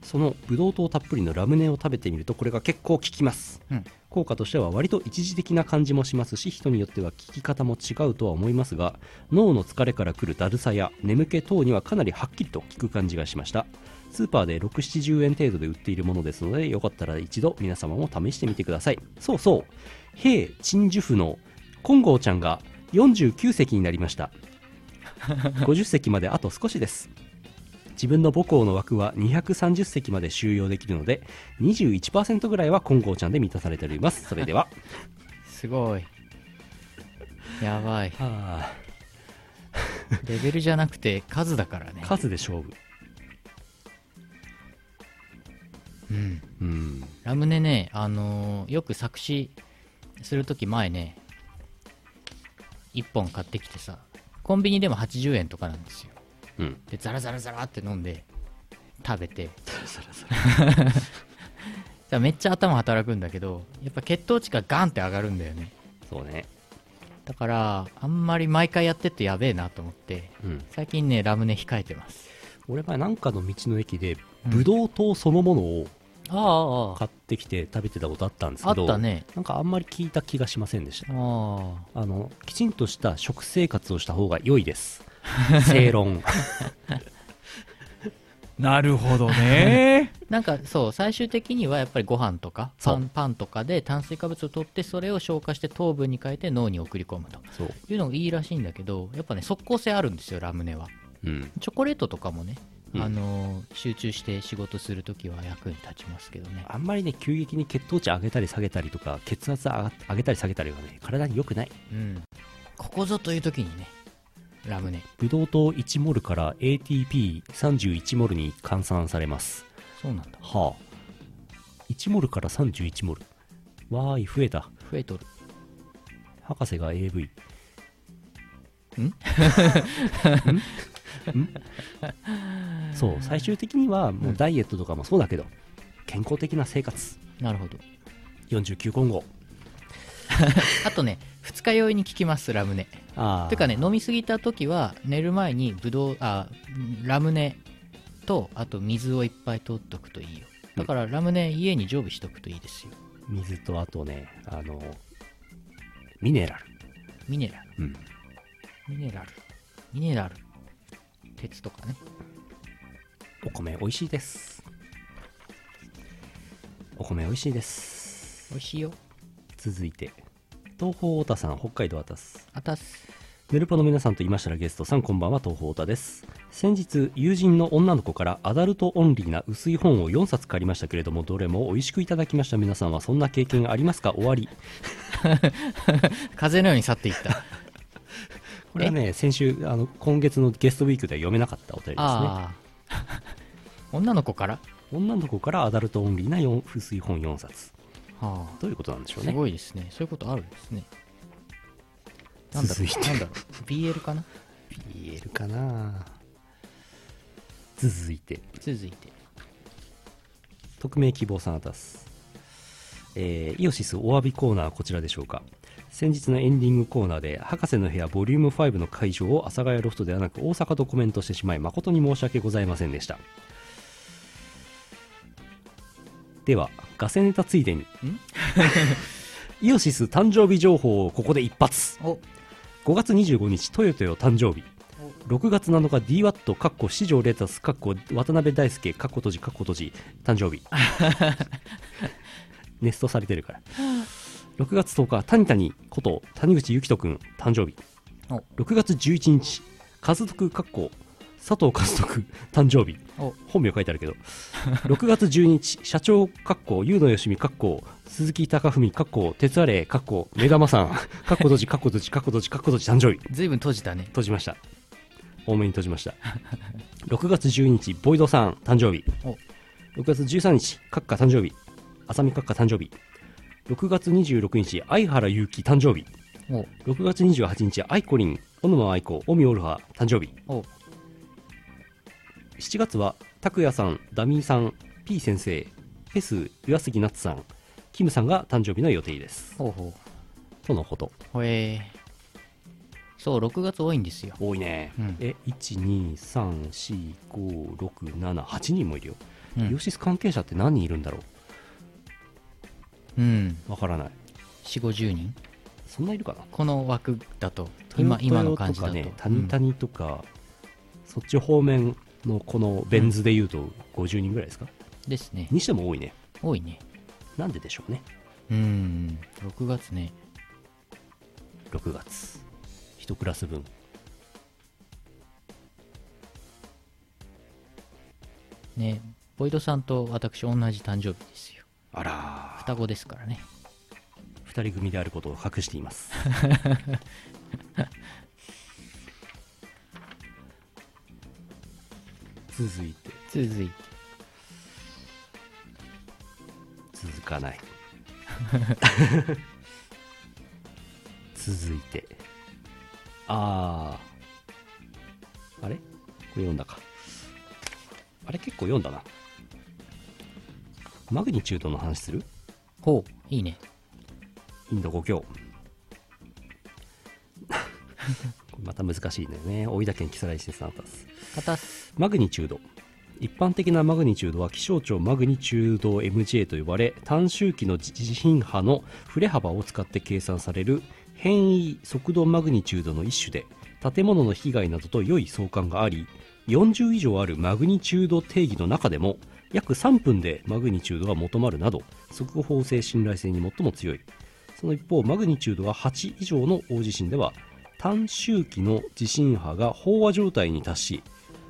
[SPEAKER 1] そのブドウ糖たっぷりのラムネを食べてみるとこれが結構効きます
[SPEAKER 2] うん
[SPEAKER 1] 効果としては割と一時的な感じもしますし人によっては聞き方も違うとは思いますが脳の疲れからくるだるさや眠気等にはかなりはっきりと効く感じがしましたスーパーで670円程度で売っているものですのでよかったら一度皆様も試してみてくださいそうそう平陳樹府の金剛ちゃんが49席になりました50席まであと少しです自分の母校の枠は230席まで収容できるので21%ぐらいは金剛ちゃんで満たされており
[SPEAKER 2] [laughs]
[SPEAKER 1] ますそれでは
[SPEAKER 2] すごいやばい
[SPEAKER 1] はあ
[SPEAKER 2] レベルじゃなくて数だからね。
[SPEAKER 1] 数で勝負
[SPEAKER 2] うん。
[SPEAKER 1] うん
[SPEAKER 2] ラムネね、あのーよく作詞するとき前ね、1本買ってきてさ、コンビニでも80円とかなんですよ。
[SPEAKER 1] うん
[SPEAKER 2] で、ザラザラザラって飲んで、食べて。
[SPEAKER 1] そらそ
[SPEAKER 2] [laughs] だからめっちゃ頭働くんだけど、やっぱ血糖値がガンって上がるんだよね。
[SPEAKER 1] そうね
[SPEAKER 2] だから、あんまり毎回やってってやべえなと思って、
[SPEAKER 1] うん
[SPEAKER 2] 最近ね、ラムネ控えてます。
[SPEAKER 1] 俺前なんかの道の駅で
[SPEAKER 2] うん
[SPEAKER 1] ブドウ糖そのものを
[SPEAKER 2] ああ、あ
[SPEAKER 1] 買ってきて食べてたことあったんです
[SPEAKER 2] あ。あ
[SPEAKER 1] けど
[SPEAKER 2] ったね。
[SPEAKER 1] なんかあんまり聞いた気がしませんでした
[SPEAKER 2] ああ。
[SPEAKER 1] あのきちんとした食生活をした方が良いです
[SPEAKER 2] [laughs]
[SPEAKER 1] 正論
[SPEAKER 3] なるほどね。
[SPEAKER 2] なんかそう、最終的にはやっぱりご飯とか、
[SPEAKER 1] そ
[SPEAKER 2] パ
[SPEAKER 1] う
[SPEAKER 2] ンパンとかで炭水化物を取って、それを消化して糖分に変えて脳に送り込むと
[SPEAKER 1] そう
[SPEAKER 2] いうのがいいらしいんだけど、やっぱね、即効性あるんですよ、ラムネは。
[SPEAKER 1] うん
[SPEAKER 2] チョコレートとかもね、
[SPEAKER 1] うん
[SPEAKER 2] あのー集中して仕事するときは役に立ちますけどね。
[SPEAKER 1] あんまりね急激に血糖値上げたり下げたりとか血圧上が上げたり下げたりはね体に良くない
[SPEAKER 2] うん。ここぞというときにね、ラムネ。
[SPEAKER 1] ブドウ糖1モルから ATP31 モルに換算されます
[SPEAKER 2] そうなんだ。
[SPEAKER 1] はあ1モルから31モルわーい増えた
[SPEAKER 2] 増えとる。
[SPEAKER 1] 博士が AV [laughs] んんそう最終的にはもうダイエットとかもそうだけど、健康的な生活
[SPEAKER 2] なるほど。
[SPEAKER 1] 49今後
[SPEAKER 2] あとね、二日酔いに効きます、ラムネ。
[SPEAKER 1] ああ
[SPEAKER 2] てかね飲みすぎた時は寝る前にブドウあラムネとあと水をいっぱい取っとくといいよだからラムネ家に常備しとくといいですよ
[SPEAKER 1] 水とあとねあのミネラル
[SPEAKER 2] ミネラル
[SPEAKER 1] うん
[SPEAKER 2] ミネラルミネラル鉄とかね
[SPEAKER 1] お米美味しいですお米美味しいです
[SPEAKER 2] 美味しいよ
[SPEAKER 1] 続いて東方太田さん北海道渡す
[SPEAKER 2] あたす
[SPEAKER 1] ネルパの皆さんと言いましたらゲストさんこんばんは東宝太です先日友人の女の子からアダルトオンリーな薄い本を4冊借りましたけれどもどれも美味しくいただきました皆さんはそんな経験ありますか終わり
[SPEAKER 2] 風のように去ってい [laughs] った
[SPEAKER 1] これはね先週あの今月のゲストウィークでは読めなかったお便りですね
[SPEAKER 2] あ [laughs] あ女の子から
[SPEAKER 1] 女の子からアダルトオンリーな4薄い本4冊
[SPEAKER 2] は
[SPEAKER 1] どういうことなんでしょ
[SPEAKER 2] あ
[SPEAKER 1] う
[SPEAKER 2] す
[SPEAKER 1] ね
[SPEAKER 2] ごいですねそういうことあるんですねなんだ
[SPEAKER 1] 続
[SPEAKER 2] ろ
[SPEAKER 1] いて
[SPEAKER 2] うなんだろう BL かな
[SPEAKER 1] 言えるかな続いて
[SPEAKER 2] 続いて
[SPEAKER 1] 匿名希望さんあたす、えーイオシスお詫びコーナーこちらでしょうか先日のエンディングコーナーで「博士の部屋ボリューム5の会場を阿佐ヶ谷ロフトではなく大阪とコメントしてしまい誠に申し訳ございませんでしたではガセネタついでにイオシス誕生日情報をここで一発
[SPEAKER 2] お
[SPEAKER 1] 5月25日トヨトヨ誕生日6月7日 DWAT かっこ四条レタスかっこ渡辺大輔かっこ閉じかっこ閉じ誕
[SPEAKER 2] [laughs]
[SPEAKER 1] 生日ネストされてるから6月10日谷谷こと谷口幸人くん誕生日
[SPEAKER 2] お
[SPEAKER 1] 6月11日和徳かっこ佐藤和徳誕生日
[SPEAKER 2] お
[SPEAKER 1] 本名書いてあるけど6月12日社長かっこ優野よしみかっこ鈴木貴文かっこ鉄アレイかっこ目玉さんかっこ閉じかっこ閉じかっこ閉じかっこ閉じ誕生日
[SPEAKER 2] 随分閉じたね
[SPEAKER 1] 閉じました多めに閉じました
[SPEAKER 2] [laughs]
[SPEAKER 1] 6月12日ボイドさん誕生日
[SPEAKER 2] お
[SPEAKER 1] 6月13日カッカ誕生日浅見カッカ誕生日6月26日相原祐希誕生日
[SPEAKER 2] お
[SPEAKER 1] 6月28日アイコリン小沼愛子オミオルハ誕生日
[SPEAKER 2] お
[SPEAKER 1] 7月は拓也さんダミーさん P 先生フェス岩杉夏さんキムさんが誕生日の予定です
[SPEAKER 2] ほうほう
[SPEAKER 1] とのこと
[SPEAKER 2] ほえーそう6月多いんですよ
[SPEAKER 1] 多いね、
[SPEAKER 2] うん
[SPEAKER 1] え1234567人もいるよ
[SPEAKER 2] う
[SPEAKER 1] イオ
[SPEAKER 2] ん、
[SPEAKER 1] シス関係者って何人いるんだろ
[SPEAKER 2] うん、
[SPEAKER 1] うわからない
[SPEAKER 2] 4 5 0人
[SPEAKER 1] そんないるかな
[SPEAKER 2] この枠だと今今の感じだと
[SPEAKER 1] トヨタとかねタニタニとか、そっち方面のこのベンズでいうと50人ぐらいですか、
[SPEAKER 2] うんですね
[SPEAKER 1] にしても多いね
[SPEAKER 2] 多いね
[SPEAKER 1] なんででしょうね
[SPEAKER 2] うん6月ね
[SPEAKER 1] 6月1クラス分
[SPEAKER 2] ねボイドさんと私同じ誕生日ですよ
[SPEAKER 1] あら
[SPEAKER 2] 双子ですからね
[SPEAKER 1] 2人
[SPEAKER 2] [laughs]
[SPEAKER 1] 組であることを隠しています続いて
[SPEAKER 2] 続いて
[SPEAKER 1] 続かない続いてあああれこれ読んだかあれ結構読んだなマグニチュードの話する
[SPEAKER 2] ほういいね
[SPEAKER 1] インド5強 [laughs] これまた難しいんだよね大分県木更津市さんだったっす
[SPEAKER 2] 片す
[SPEAKER 1] マグニチュード一般的なマグニチュードは気象庁マグニチュード MJ と呼ばれ短周期の地震波の振れ幅を使って計算される変異速度マグニチュードの一種で建物の被害などと良い相関があり40以上あるマグニチュード定義の中でも約3分でマグニチュードが求まるなど速報性信頼性に最も強いその一方マグニチュードが8以上の大地震では短周期の地震波が飽和状態に達し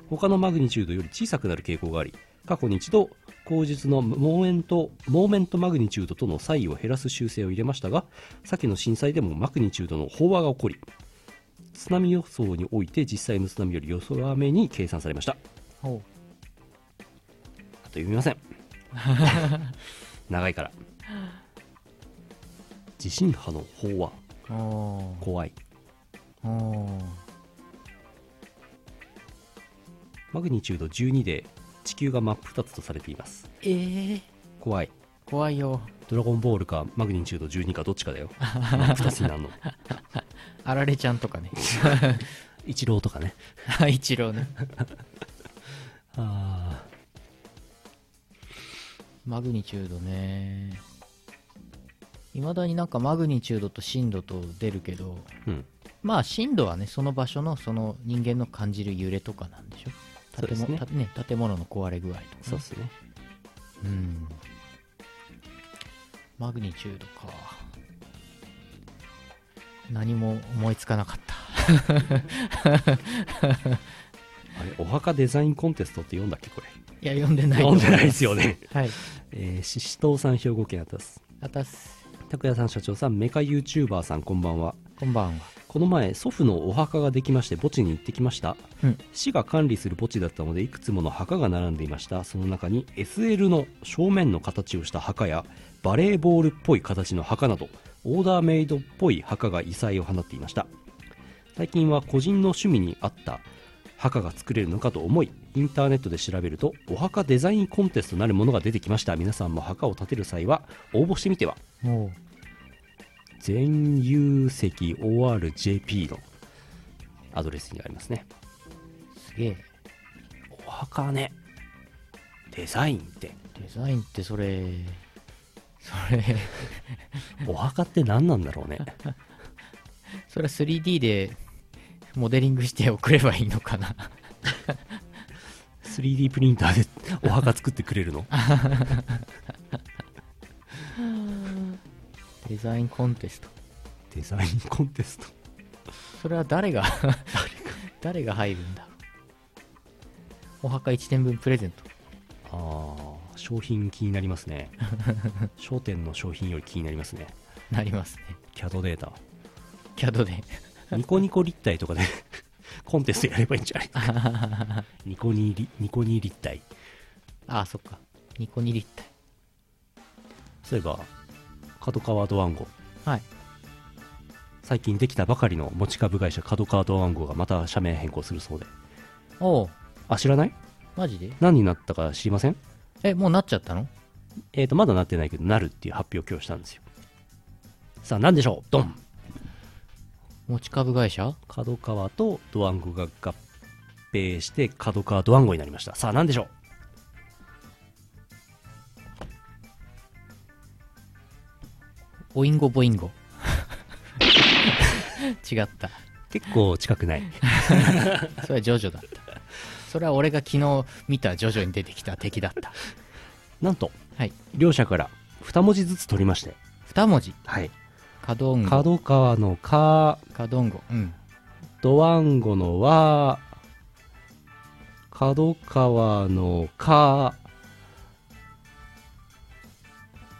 [SPEAKER 1] 他のマグニチュードより小さくなる傾向があり過去に一度口述のモーメントモーメントマグニチュードとの差異を減らす修正を入れましたが先の震災でもマグニチュードの飽和が起こり津波予想において実際の津波より予想めに計算されました
[SPEAKER 2] ほ
[SPEAKER 1] あと読みません長いから地震波の飽和
[SPEAKER 2] うお
[SPEAKER 1] 怖い
[SPEAKER 2] ーおー
[SPEAKER 1] マグニチュード12で地球が真っ二つとされています
[SPEAKER 2] えー、
[SPEAKER 1] 怖い
[SPEAKER 2] 怖いよ
[SPEAKER 1] ドラゴンボールかマグニチュード12かどっちかだ [laughs] よ真っ二つになるの
[SPEAKER 2] あられちゃんとかね [laughs]
[SPEAKER 1] 一郎とかね
[SPEAKER 2] あ一郎ね
[SPEAKER 1] あ
[SPEAKER 2] マグニチュードねいまだになんかマグニチュードと震度と出るけど
[SPEAKER 1] ーうん
[SPEAKER 2] まあ震度はねその場所のその人間の感じる揺れとかなんでしょ
[SPEAKER 1] そうです
[SPEAKER 2] 建
[SPEAKER 1] ね
[SPEAKER 2] 物たね建物の壊れ具合とかね、
[SPEAKER 1] そうっすね
[SPEAKER 2] うんマグニチュードか何も思いつかなかった [laughs]
[SPEAKER 1] あれお墓デザインコンテストって読んだっけこれ
[SPEAKER 2] いや読んでないと
[SPEAKER 1] 読
[SPEAKER 2] 思
[SPEAKER 1] んでない
[SPEAKER 2] ま
[SPEAKER 1] ですよね
[SPEAKER 2] はい
[SPEAKER 1] えー、ししとうさん兵庫県あたす
[SPEAKER 2] あたす
[SPEAKER 1] 拓也さん社長さんメカ YouTuber さんこんばんは
[SPEAKER 2] こんばんは
[SPEAKER 1] この前祖父のお墓ができまして墓地に行ってきました、
[SPEAKER 2] うん
[SPEAKER 1] 市が管理する墓地だったのでいくつもの墓が並んでいましたその中に SL の正面の形をした墓やバレーボールっぽい形の墓などオーダーメイドっぽい墓が異彩を放っていました最近は個人の趣味に合った墓が作れるのかと思いインターネットで調べるとお墓デザインコンテストなるものが出てきました皆さんも墓を建てる際は応募してみては
[SPEAKER 2] も
[SPEAKER 1] 全有石 ORJP のアドレスにありますね
[SPEAKER 2] うすげえ
[SPEAKER 1] お墓ねデザインって
[SPEAKER 2] デザインってそれそれ
[SPEAKER 1] お墓って何なんだろう [laughs] ね
[SPEAKER 2] それは 3D でモデリングして送ればいいのかな
[SPEAKER 1] 3D プリンターで [laughs] お墓作ってくれるの
[SPEAKER 2] デザインコンテスト
[SPEAKER 1] デザインコンテスト
[SPEAKER 2] それは誰が誰が入るんだろうお墓1年分プレゼント
[SPEAKER 1] ああ商品気になります [laughs] ね商店の商品より気になりますね
[SPEAKER 2] なりますね
[SPEAKER 1] CAD デー [laughs] タ
[SPEAKER 2] CAD で
[SPEAKER 1] ニコニコ立体とかで [laughs] コンテストやればいいんじゃないか [laughs] ニコニリニコニ立体
[SPEAKER 2] ああそっかニコニ立体
[SPEAKER 1] そういえば角川ドワンゴ
[SPEAKER 2] はい
[SPEAKER 1] 最近できたばかりの持ち株会社角川ドワンゴがまた社名変更するそうで
[SPEAKER 2] おお
[SPEAKER 1] あ知らない
[SPEAKER 2] マジで
[SPEAKER 1] 何になったか知りません
[SPEAKER 2] えもうなっちゃったの
[SPEAKER 1] えっ、とまだなってないけどなるっていう発表を今日したんですよさあ何でしょうドン
[SPEAKER 2] 持ち株会社
[SPEAKER 1] 角川とドワンゴが合併して角川ドワンゴになりましたさあ何でしょう
[SPEAKER 2] ボインゴボイン [laughs] ゴ違った
[SPEAKER 1] 結構近くない
[SPEAKER 2] それはジョジョだったそれは俺が昨日見たジョジョに出てきた敵だった
[SPEAKER 1] [laughs] なんと
[SPEAKER 2] はい
[SPEAKER 1] 両者から2文字ずつ取りまして
[SPEAKER 2] 2文字
[SPEAKER 1] はい
[SPEAKER 2] カドンゴ
[SPEAKER 1] 角川の「か」
[SPEAKER 2] カドンゴ [laughs] うん
[SPEAKER 1] ドワンゴのは、角川のか、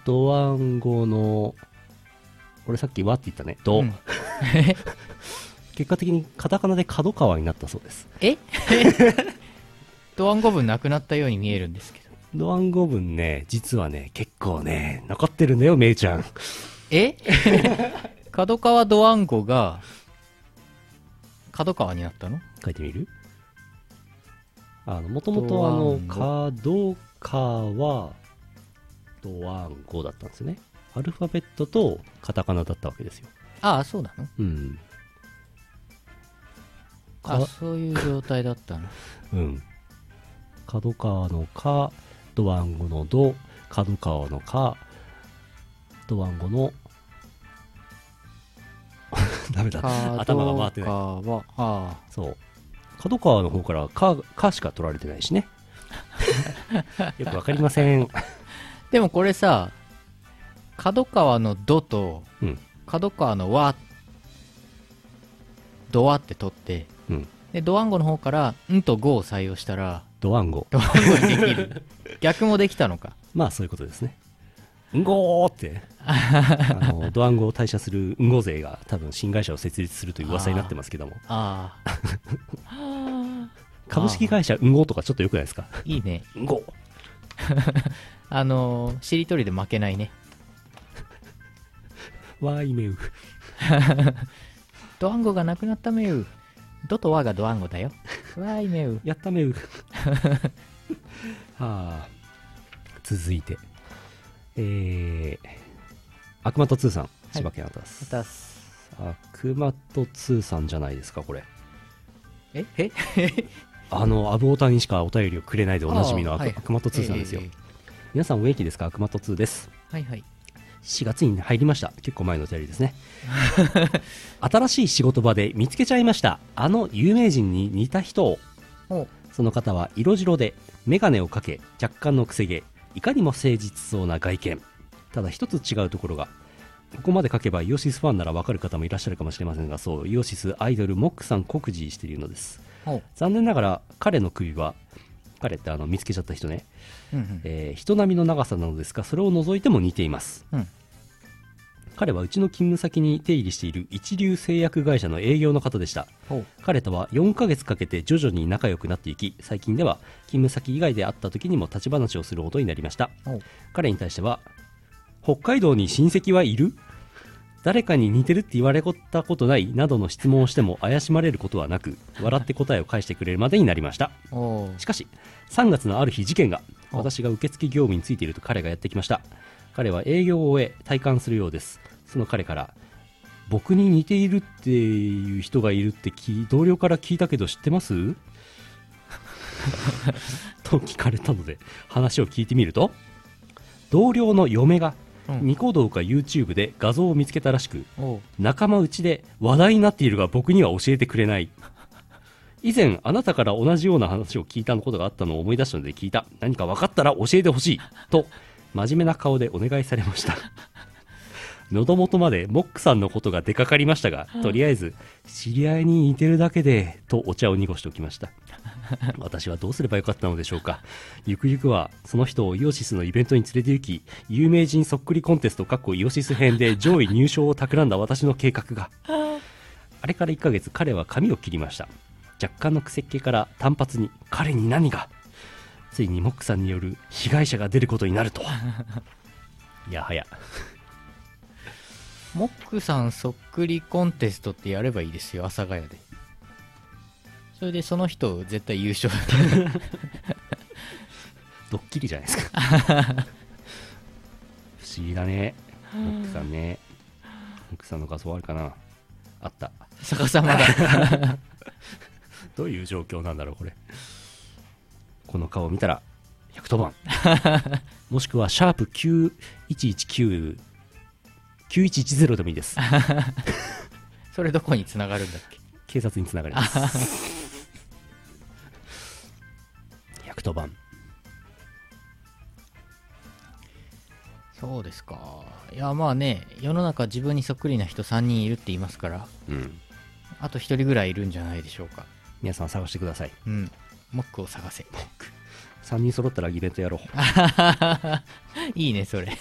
[SPEAKER 1] ドワンゴの、俺さっきわって言ったね。ど、
[SPEAKER 2] うん
[SPEAKER 1] 結果的にカタカナで角川になったそうです。
[SPEAKER 2] え [laughs] ドワンゴブなくなったように見えるんですけど
[SPEAKER 1] ドワンゴブンね、実はね、結構ね、残ってるんだよ、メイちゃん。
[SPEAKER 2] え [laughs] 角川ドワンゴが角川になったの
[SPEAKER 1] 書いてみるあの、もともとあの、角川ドワンゴだったんですよね。アルファベットとカタカナだったわけですよ。
[SPEAKER 2] ああそうなの
[SPEAKER 1] うん。
[SPEAKER 2] あ
[SPEAKER 1] か
[SPEAKER 2] そういう状態だったの
[SPEAKER 1] うん。角川のか、ドワンゴのド、角川のか、ドワンゴの、 [laughs] ダメだ。 [laughs] 頭が回ってない。
[SPEAKER 2] 角川あ
[SPEAKER 1] そう。角川の方からか、かしか取られてないし [laughs] ね。よくわかりません。
[SPEAKER 2] あでもこれさ角川の「ド」と
[SPEAKER 1] うん。
[SPEAKER 2] 角川の「わ」「ドワ」って取って
[SPEAKER 1] うん。
[SPEAKER 2] でドワンゴの方から「ん」と「ご」を採用したら
[SPEAKER 1] ドワンゴ。
[SPEAKER 2] ドワンゴにできる逆もできたのか
[SPEAKER 1] まあそういうことですね。んごーって。あの、ドワンゴを退社するんご勢が多分新会社を設立するという噂になってますけども。
[SPEAKER 2] ああ
[SPEAKER 1] 株式会社んごとかちょっと良くないですか
[SPEAKER 2] [laughs] いいね
[SPEAKER 1] んご
[SPEAKER 2] あのーしりとりで負けないね
[SPEAKER 1] わーいめう。
[SPEAKER 2] ドワンゴがなくなっためうドとワがドワンゴだよわーいめう
[SPEAKER 1] やった [laughs] めう。はあ。続いて。えー、悪魔と通さん、千葉県あたす。
[SPEAKER 2] またす
[SPEAKER 1] 悪魔と通さんじゃないですかこれ
[SPEAKER 2] ええ
[SPEAKER 1] あのアブオタにしかお便りをくれないでおなじみの
[SPEAKER 2] あー
[SPEAKER 1] 悪,、
[SPEAKER 2] はい
[SPEAKER 1] 魔と通さんですよ、
[SPEAKER 2] えええ
[SPEAKER 1] 皆さんお元気ですか悪魔と通です
[SPEAKER 2] えはいはい
[SPEAKER 1] 4月に入りました結構前のお便りですね [laughs] 新しい仕事場で見つけちゃいましたあの有名人に似た人を
[SPEAKER 2] お
[SPEAKER 1] その方は色白で眼鏡をかけ若干のくせ毛いかにも誠実そうな外見ただ一つ違うところがここまで書けばイオシスファンならわかる方もいらっしゃるかもしれませんがそうイオシスアイドルモックさん告示しているのです
[SPEAKER 2] お
[SPEAKER 1] 残念ながら彼の首は彼ってあの見つけちゃった人ね、
[SPEAKER 2] うんうん
[SPEAKER 1] えー人並みの長さなのですがそれを除いても似ています
[SPEAKER 2] うん
[SPEAKER 1] 彼はうちの勤務先に定義している一流製薬会社の営業の方でした
[SPEAKER 2] お
[SPEAKER 1] 彼とは4ヶ月かけて徐々に仲良くなっていき最近では勤務先以外で会った時にも立ち話をすることになりました
[SPEAKER 2] お
[SPEAKER 1] 彼に対しては「北海道に親戚はいる?」誰かに似てるって言われたことないなどの質問をしても怪しまれることはなく笑って答えを返してくれるまでになりました
[SPEAKER 2] お
[SPEAKER 1] しかし3月のある日事件が
[SPEAKER 2] お
[SPEAKER 1] 私が受付業務についていると彼がやってきました彼は営業を終え退官するようですその彼から僕に似ているっていう人がいるってき同僚から聞いたけど知ってます
[SPEAKER 2] [laughs]
[SPEAKER 1] と聞かれたので話を聞いてみると同僚の嫁が
[SPEAKER 2] うん
[SPEAKER 1] ニコ動か YouTube で画像を見つけたらしく
[SPEAKER 2] お
[SPEAKER 1] 仲間内で話題になっているが僕には教えてくれない以前あなたから同じような話を聞いたことがあったのを思い出したので聞いた何か分かったら教えてほしいと真面目な顔でお願いされました喉元までモックさんのことが出かかりましたがとりあえず知り合いに似てるだけでとお茶を濁しておきました私はどうすればよかったのでしょうかゆくゆくはその人をイオシスのイベントに連れて行き有名人そっくりコンテストかっこイオシス編で上位入賞を企んだ私の計画があれから1ヶ月彼は髪を切りました若干の癖っ気から単発に彼に何がついにモックさんによる被害者が出ることになるとはいやはや
[SPEAKER 2] モックさんそっくりコンテストってやればいいですよ阿佐ヶ谷でそれでその人絶対優勝
[SPEAKER 1] ドッキリじゃないですか不思議だねモックさんねモックさんの画像あるかなあった
[SPEAKER 2] 逆さま
[SPEAKER 1] [laughs]
[SPEAKER 2] だ
[SPEAKER 1] どういう状況なんだろうこれこの顔を見たら110番 [laughs] もしくはシャープ9119 9110でもいいです
[SPEAKER 2] それどこにつながるんだっけ
[SPEAKER 1] 警察につながります [laughs] 110番
[SPEAKER 2] そうですかいやまあね世の中自分にそっくりな人3人いるって言いますから
[SPEAKER 1] うん
[SPEAKER 2] あと1人ぐらいいるんじゃないでしょうか
[SPEAKER 1] 皆さん探してください
[SPEAKER 2] うんモックを探せ [laughs]
[SPEAKER 1] 3人揃ったらイベントやろう
[SPEAKER 2] いいねそれ [laughs]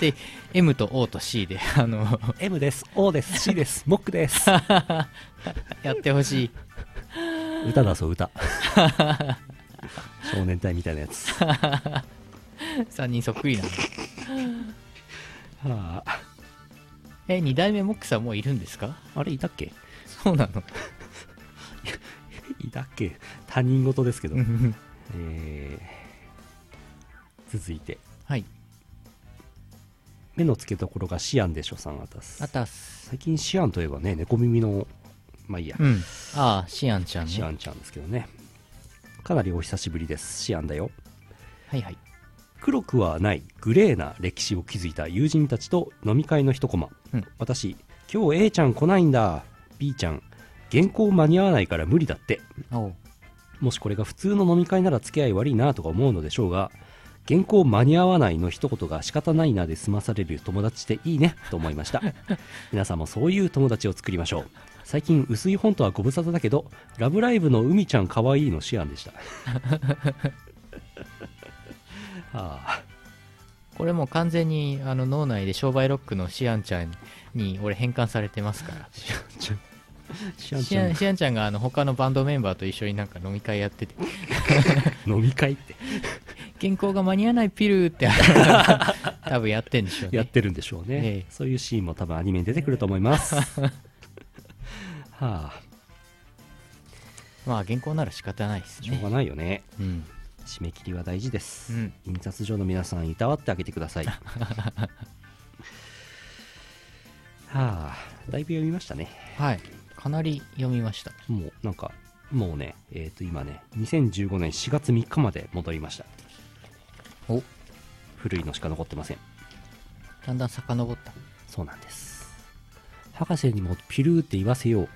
[SPEAKER 2] で M と O と C であの
[SPEAKER 1] M です O です C [laughs] ですモックです
[SPEAKER 2] やってほしい
[SPEAKER 1] [laughs] 歌だそう歌少年隊みたいなや [laughs] つ
[SPEAKER 2] 3人そっくりなの
[SPEAKER 1] はあ
[SPEAKER 2] え2代目モックさんもういるんですか
[SPEAKER 1] あれいたっけ
[SPEAKER 2] そうなの [laughs]
[SPEAKER 1] いたっけ他人事ですけど、
[SPEAKER 2] うん
[SPEAKER 1] えー続いて
[SPEAKER 2] はい
[SPEAKER 1] 目の付けどころがシアンでしょさんあたす
[SPEAKER 2] あたっす
[SPEAKER 1] 最近シアンといえばね猫耳のまあいいや、
[SPEAKER 2] うんああシアンちゃんね
[SPEAKER 1] シア
[SPEAKER 2] は
[SPEAKER 1] ンちゃんですけどねかなりお久しぶりですシアンだよ
[SPEAKER 2] いはい
[SPEAKER 1] 黒くはないグレーな歴史を築いた友人たちと飲み会の一コマ、
[SPEAKER 2] うん
[SPEAKER 1] 私今日 A ちゃん来ないんだ B ちゃん原稿間に合わないから無理だって
[SPEAKER 2] おう
[SPEAKER 1] もしこれが普通の飲み会なら付き合い悪いなとか思うのでしょうが原稿間に合わないの一言が仕方ないなで済まされる友達っていいねと思いました
[SPEAKER 2] [laughs]
[SPEAKER 1] 皆さんもそういう友達を作りましょう最近薄い本とはご無沙汰だけど「ラブライブ!」の海ちゃんかわいいのシアンでした
[SPEAKER 2] [laughs]
[SPEAKER 1] あ [laughs]
[SPEAKER 2] これもう完全にあの脳内で商売ロックのシアンちゃんに俺変換されてますから
[SPEAKER 1] あシアンちゃんシアンちゃ
[SPEAKER 2] シア
[SPEAKER 1] ん
[SPEAKER 2] ンシアンちゃんがあの他のバンドメンバーと一緒になんか飲み会やってて
[SPEAKER 1] 飲み会って
[SPEAKER 2] 原稿が間に合わないピルーって [laughs] 多分やってんでしょうね
[SPEAKER 1] やってるんでしょうね、
[SPEAKER 2] ええ
[SPEAKER 1] そういうシーンも多分アニメに出てくると思います
[SPEAKER 2] [laughs]
[SPEAKER 1] はあ
[SPEAKER 2] まあ原稿なら仕方ないです
[SPEAKER 1] しょう
[SPEAKER 2] ね
[SPEAKER 1] がないよね
[SPEAKER 2] うん
[SPEAKER 1] 締め切りは大事です、
[SPEAKER 2] うん
[SPEAKER 1] 印刷所の皆さんいたわってあげてくだ
[SPEAKER 2] [laughs]
[SPEAKER 1] さいはあだいぶ読みましたね
[SPEAKER 2] はいかなり読みました
[SPEAKER 1] もうなんかもうねえっ、と今ね2015年4月3日まで戻りました
[SPEAKER 2] お
[SPEAKER 1] 古いのしか残ってません
[SPEAKER 2] だんだん遡った
[SPEAKER 1] そうなんです博士にもピルーって言わせよう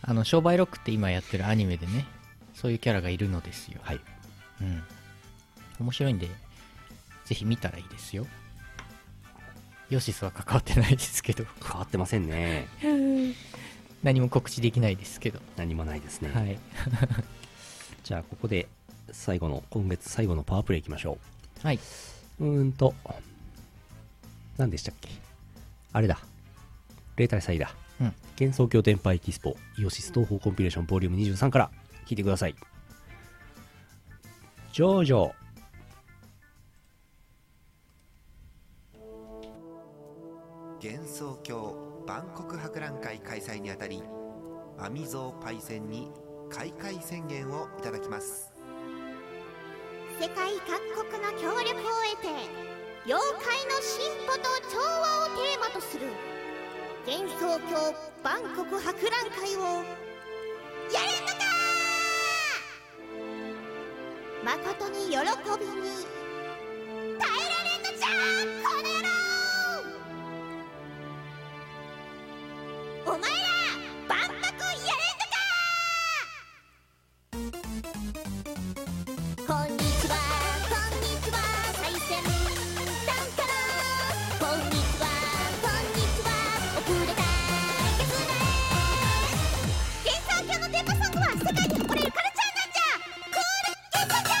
[SPEAKER 2] あの商売ロックって今やってるアニメでねそういうキャラがいるのですよ
[SPEAKER 1] はい
[SPEAKER 2] うん面白いんでぜひ見たらいいですよヨシスは関わってないですけど
[SPEAKER 1] 変わってませんね
[SPEAKER 2] 何も告知できないですけど
[SPEAKER 1] 何もないですね、
[SPEAKER 2] はい
[SPEAKER 1] じゃあここで最後の今月最後のパワープレイいきましょう
[SPEAKER 2] はいう
[SPEAKER 1] ーんと、何でしたっけあれだ。0対3だ。
[SPEAKER 2] うん
[SPEAKER 1] 幻想郷天パエキスポ、イオシス東方コンピレーションボリューム23から聞いてください。ジョージョー。
[SPEAKER 5] 幻想郷万国博覧会開催にあたりアミゾーパイセンに開会宣言をいただきます
[SPEAKER 4] 世界各国の協力を得て妖怪の進歩と調和をテーマとする幻想郷万国博覧会をやるのか誠に喜びに耐えられんのじゃこの野郎お前ら万博やれんのかこんにちはこんにちは最先端からこんにちはこんにちは遅れた月面幻想郷のテーマソングは世界に誇れるカルチャーなんじゃクール幻想郷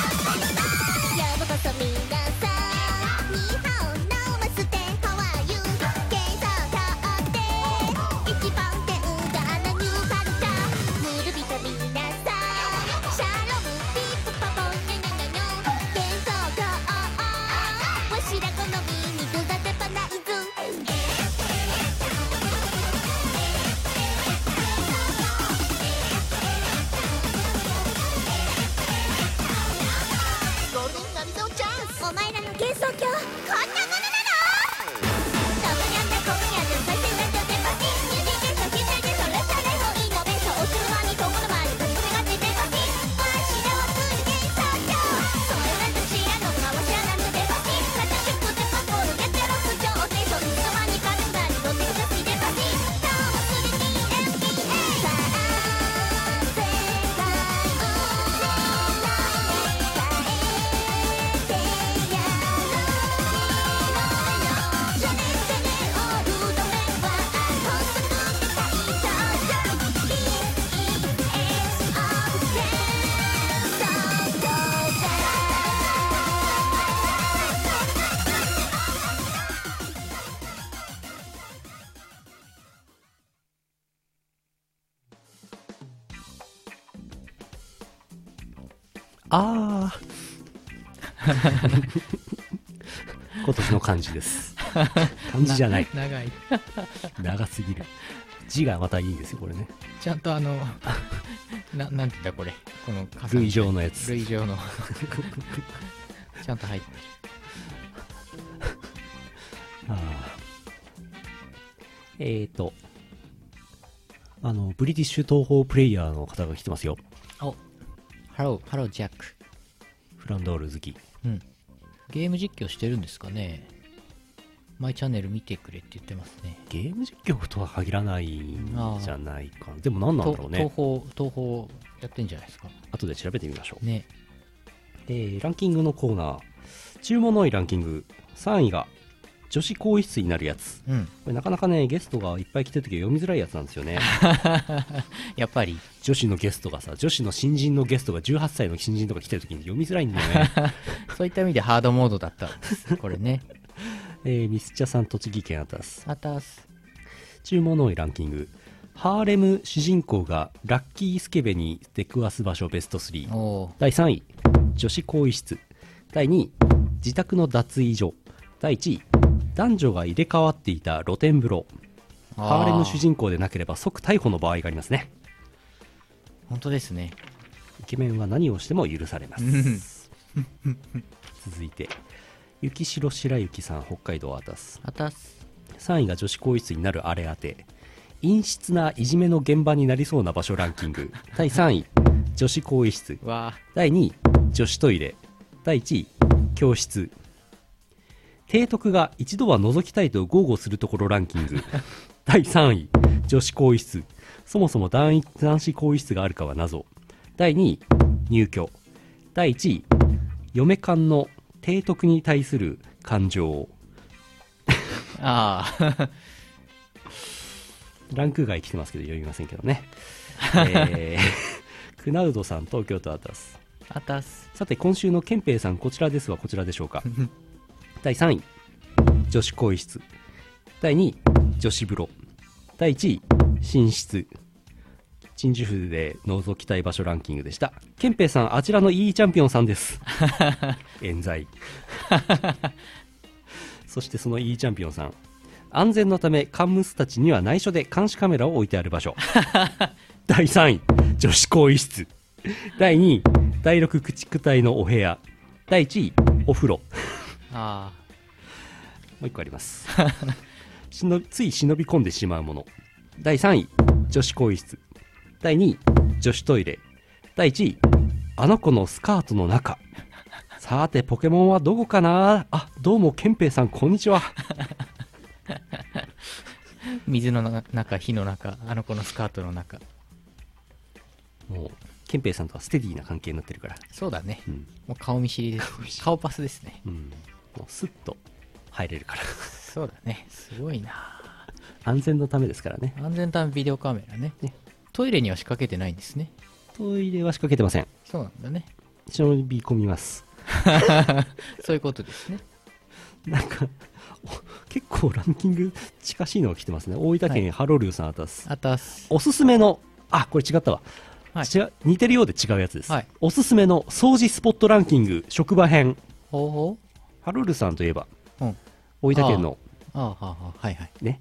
[SPEAKER 4] ようこそみなさん日本のマステハワイユ幻想郷で一番天がなニューカルチャーぬるびとみなさんシャロムピップパポニャニャニャニョ幻想郷わしら好みに具が出ばないずゴールデンアミゾンチャンスお前らの幻想郷こんなものなのどこにあったここにあった最先端上電波シーン人間幻想現代でそれされもイノベーションおつまみところまで立ち上がって電波シーンわしらはクール幻想郷それなんと知らんのかわしらなんと電波シーンカチャシュッと電波コールやってろ不調テンションいつの間にかルダーに乗ってください電波シーンどうもする DMPA さあ世界を変えてやろう「世界を変えてやろう」
[SPEAKER 3] ああ
[SPEAKER 1] 今年の漢字です
[SPEAKER 2] [laughs]
[SPEAKER 1] 漢字じゃない
[SPEAKER 2] 長い
[SPEAKER 1] 長すぎる字がまたいいんですよこれね [laughs]
[SPEAKER 2] ちゃんとあ [laughs] のななんて言ったこれこの傘
[SPEAKER 1] 類状のやつ
[SPEAKER 2] 類状のちゃんと入ってる
[SPEAKER 1] ああえーとあのブリティッシュ東方プレイヤーの方が来てますよ
[SPEAKER 2] おハローハロージャック
[SPEAKER 1] フランドール好き
[SPEAKER 2] うんゲーム実況してるんですかねマイチャンネル見てくれって言ってますね
[SPEAKER 1] ゲーム実況とは限らないんじゃないかなでも何なんだろう
[SPEAKER 2] 東
[SPEAKER 1] ね
[SPEAKER 2] 宝東宝やってんじゃないですか
[SPEAKER 1] 後で調べてみましょう
[SPEAKER 2] ね
[SPEAKER 1] えーランキングのコーナー注文の多いランキング3位が女子更衣室になるやつ
[SPEAKER 2] うん
[SPEAKER 1] これなかなかねゲストがいっぱい来てる時は読みづらいやつなんですよね
[SPEAKER 2] やっぱり
[SPEAKER 1] 女子のゲストがさ女子の新人のゲストが18歳の新人とか来てる時に読みづらいんだよね、
[SPEAKER 2] そういった意味でハードモードだったん [laughs] ですこれね
[SPEAKER 1] えーミスチャさん栃木県あたす
[SPEAKER 2] あたす
[SPEAKER 1] 注文の多いランキングハーレム主人公がラッキースケベに出くわす場所ベスト3
[SPEAKER 2] おお
[SPEAKER 1] 第3位女子更衣室第2位自宅の脱衣所第1位男女が入れ替わっていた露天風呂
[SPEAKER 2] ー
[SPEAKER 1] ハーレム主人公でなければ即逮捕の場合がありますね
[SPEAKER 2] 本当ですね
[SPEAKER 1] イケメンは何をしても許されます続いて雪城白雪さん北海道アタス
[SPEAKER 2] あたす
[SPEAKER 1] 3位が女子更衣室になるあれ当て陰湿ないじめの現場になりそうな場所ランキング第3位女子更衣室
[SPEAKER 2] わ
[SPEAKER 1] 第2位女子トイレ第1位教室提督が一度は覗きたいと豪語するところランキング第3位女子更衣室そもそも男男子更衣室があるかは謎第2位入居第1位嫁間の提督に対する感情
[SPEAKER 2] ああ
[SPEAKER 1] ランク外来てますけど読みませんけどねえー、 [laughs] クナウドさん東京都アタス
[SPEAKER 2] [laughs] あたす
[SPEAKER 1] さて今週の憲兵さんこちらですはこちらでしょうか第3位女子更衣室第2位女子風呂第1位寝室陳述婦で覗きたい場所ランキングでした憲兵さんあちらのいいチャンピオンさんです冤罪 [laughs] そしてそのいいチャンピオンさん安全のためカンムスたちには内緒で監視カメラを置いてある場所第3位女子更衣室第2位第6駆逐隊のお部屋第1位お風呂
[SPEAKER 2] あ
[SPEAKER 1] もう一個あります忍びつい忍び込んでしまうもの第3位女子更衣室第2位女子トイレ第1位あの子のスカートの中さてポケモンはどこかなあどうも憲兵さんこんにちは
[SPEAKER 2] あ水のな中火の中あの子のスカートの中
[SPEAKER 1] もう憲兵さんとはステディな関係になってるから
[SPEAKER 2] そうだね、
[SPEAKER 1] うん、
[SPEAKER 2] もう顔見知りです顔パスですね
[SPEAKER 1] うん、もうスッと入れるから
[SPEAKER 2] そうだねすごいな
[SPEAKER 1] 安全のためですからね
[SPEAKER 2] 安全端ビデオカメラね
[SPEAKER 1] ね
[SPEAKER 2] トイレには仕掛けてないんですね
[SPEAKER 1] トイレは仕掛けてません
[SPEAKER 2] そうなんだね
[SPEAKER 1] 忍び込みます
[SPEAKER 2] そういうことですね
[SPEAKER 1] なんか、お結構ランキング近しいのが来てますね。大分
[SPEAKER 2] は
[SPEAKER 1] 県ハロルーさんあたす。
[SPEAKER 2] あたす
[SPEAKER 1] おすすめの、あ、これ違ったわ。
[SPEAKER 2] はい
[SPEAKER 1] 違う似てるようで違うやつです、
[SPEAKER 2] はい
[SPEAKER 1] おすすめの掃除スポットランキング職場編。
[SPEAKER 2] ほうほ
[SPEAKER 1] ハロルーさんといえば、
[SPEAKER 2] ううん
[SPEAKER 1] 大分県の
[SPEAKER 2] ああはあはあはいはい
[SPEAKER 1] ね、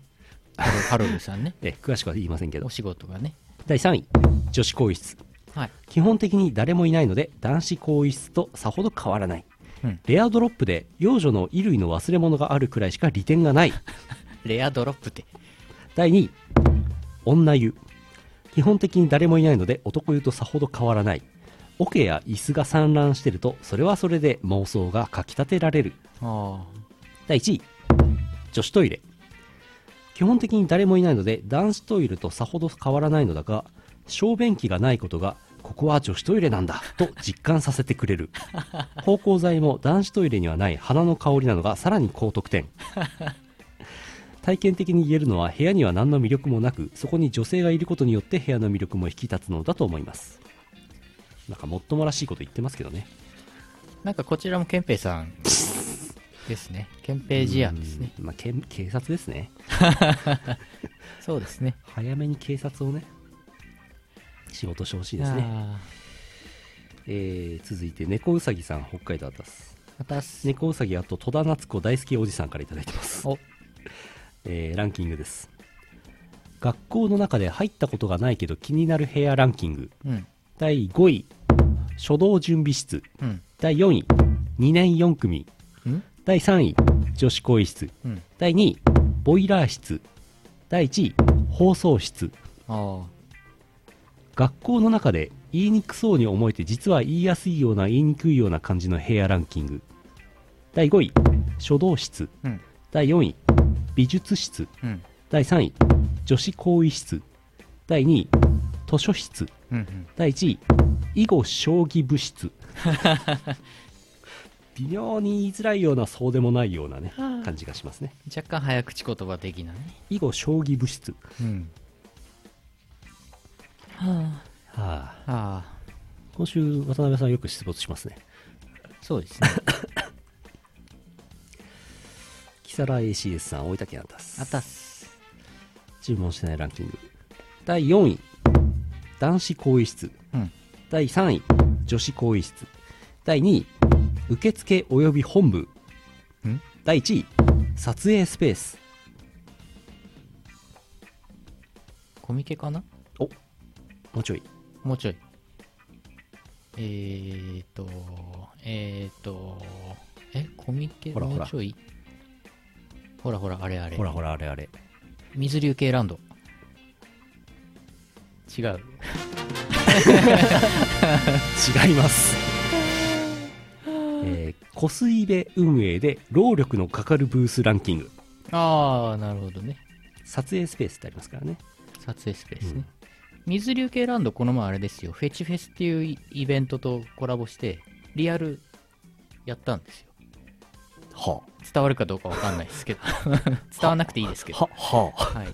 [SPEAKER 2] ハロハロルさんね
[SPEAKER 1] え詳しくは言いませんけど
[SPEAKER 2] お、仕事がね
[SPEAKER 1] 第3位、女子更衣室。
[SPEAKER 2] はい
[SPEAKER 1] 基本的に誰もいないので男子更衣室とさほど変わらない。
[SPEAKER 2] うん
[SPEAKER 1] レアドロップで幼女の衣類の忘れ物があるくらいしか利点がない。
[SPEAKER 2] レアドロップって
[SPEAKER 1] 第2位女湯基本的に誰もいないので男湯とさほど変わらない桶や椅子が散乱してるとそれはそれで妄想がかきたてられる
[SPEAKER 2] あ
[SPEAKER 1] 第1位女子トイレ基本的に誰もいないので男子トイレとさほど変わらないのだが小便器がないことがここは女子トイレなんだと実感させてくれる芳香剤も男子トイレにはない花の香りなのがさらに高得点体験的に言えるのは部屋には何の魅力もなくそこに女性がいることによって部屋の魅力も引き立つのだと思いますなんかもっともらしいこと言ってますけどね
[SPEAKER 2] あなんかこちらも憲兵さんですね憲兵事案ですね
[SPEAKER 1] うんまあ、けん警察ですね
[SPEAKER 2] そうですね
[SPEAKER 1] 早めに警察をね仕事してほしいですね、
[SPEAKER 2] あ
[SPEAKER 1] えー続いて猫うさぎさん北海道あたす
[SPEAKER 2] またっす
[SPEAKER 1] 猫うさぎあと戸田夏子大好きおじさんからいただいてます
[SPEAKER 2] お
[SPEAKER 1] [laughs] えーランキングです学校の中で入ったことがないけど気になる部屋ランキング
[SPEAKER 2] うん
[SPEAKER 1] 第5位書道準備室
[SPEAKER 2] うん
[SPEAKER 1] 第4位2年4組
[SPEAKER 2] うん
[SPEAKER 1] 第3位女子更衣室
[SPEAKER 2] うん
[SPEAKER 1] 第2位ボイラー室第1位放送室
[SPEAKER 2] あ
[SPEAKER 1] 学校の中で言いにくそうに思えて実は言いやすいような言いにくいような感じの部屋ランキング第5位書道室
[SPEAKER 2] あうん
[SPEAKER 1] 第4位美術室
[SPEAKER 2] うん
[SPEAKER 1] 第3位女子更衣室第2位図書室
[SPEAKER 2] うんうん
[SPEAKER 1] 第1位囲碁将棋部
[SPEAKER 2] [laughs]
[SPEAKER 1] 室微妙に言いづらいようなそうでもないようなね感じがしますね
[SPEAKER 2] 若干早口言葉的なね
[SPEAKER 1] 囲碁将棋部室
[SPEAKER 2] うんは
[SPEAKER 1] はあ
[SPEAKER 2] あああ
[SPEAKER 1] 今週渡辺さんよく出没しますね
[SPEAKER 2] そ
[SPEAKER 1] [laughs]
[SPEAKER 2] うですね
[SPEAKER 1] 木更 ACS さん大分県あたす
[SPEAKER 2] あたっす
[SPEAKER 1] 注文してないランキング第4位男子更衣室
[SPEAKER 2] うん
[SPEAKER 1] 第3位女子更衣室第2位受付及び本部
[SPEAKER 2] ん
[SPEAKER 1] 第1位撮影スペース
[SPEAKER 2] コミケかな
[SPEAKER 1] もうちょい
[SPEAKER 2] もうちょいえーとえーとえコミケ
[SPEAKER 1] ほら
[SPEAKER 2] も
[SPEAKER 1] ほら
[SPEAKER 2] うちょいほらほらあれあれ
[SPEAKER 1] ほらほらあれあれ
[SPEAKER 2] 水流系ランド違
[SPEAKER 1] 違
[SPEAKER 2] う
[SPEAKER 1] いますえー、小水部運営で労力のかかるブースランキング
[SPEAKER 2] ああなるほどね
[SPEAKER 1] 撮影スペースってありますからね
[SPEAKER 2] 撮影スペースね、水流系ランドこの前あれですよフェチフェスっていうイイベントとコラボしてリアルやったんですよ
[SPEAKER 1] は
[SPEAKER 2] 伝わるかどうかわかんないです
[SPEAKER 1] [laughs]
[SPEAKER 2] けど伝わなくていいですけど
[SPEAKER 1] ははあ
[SPEAKER 2] はい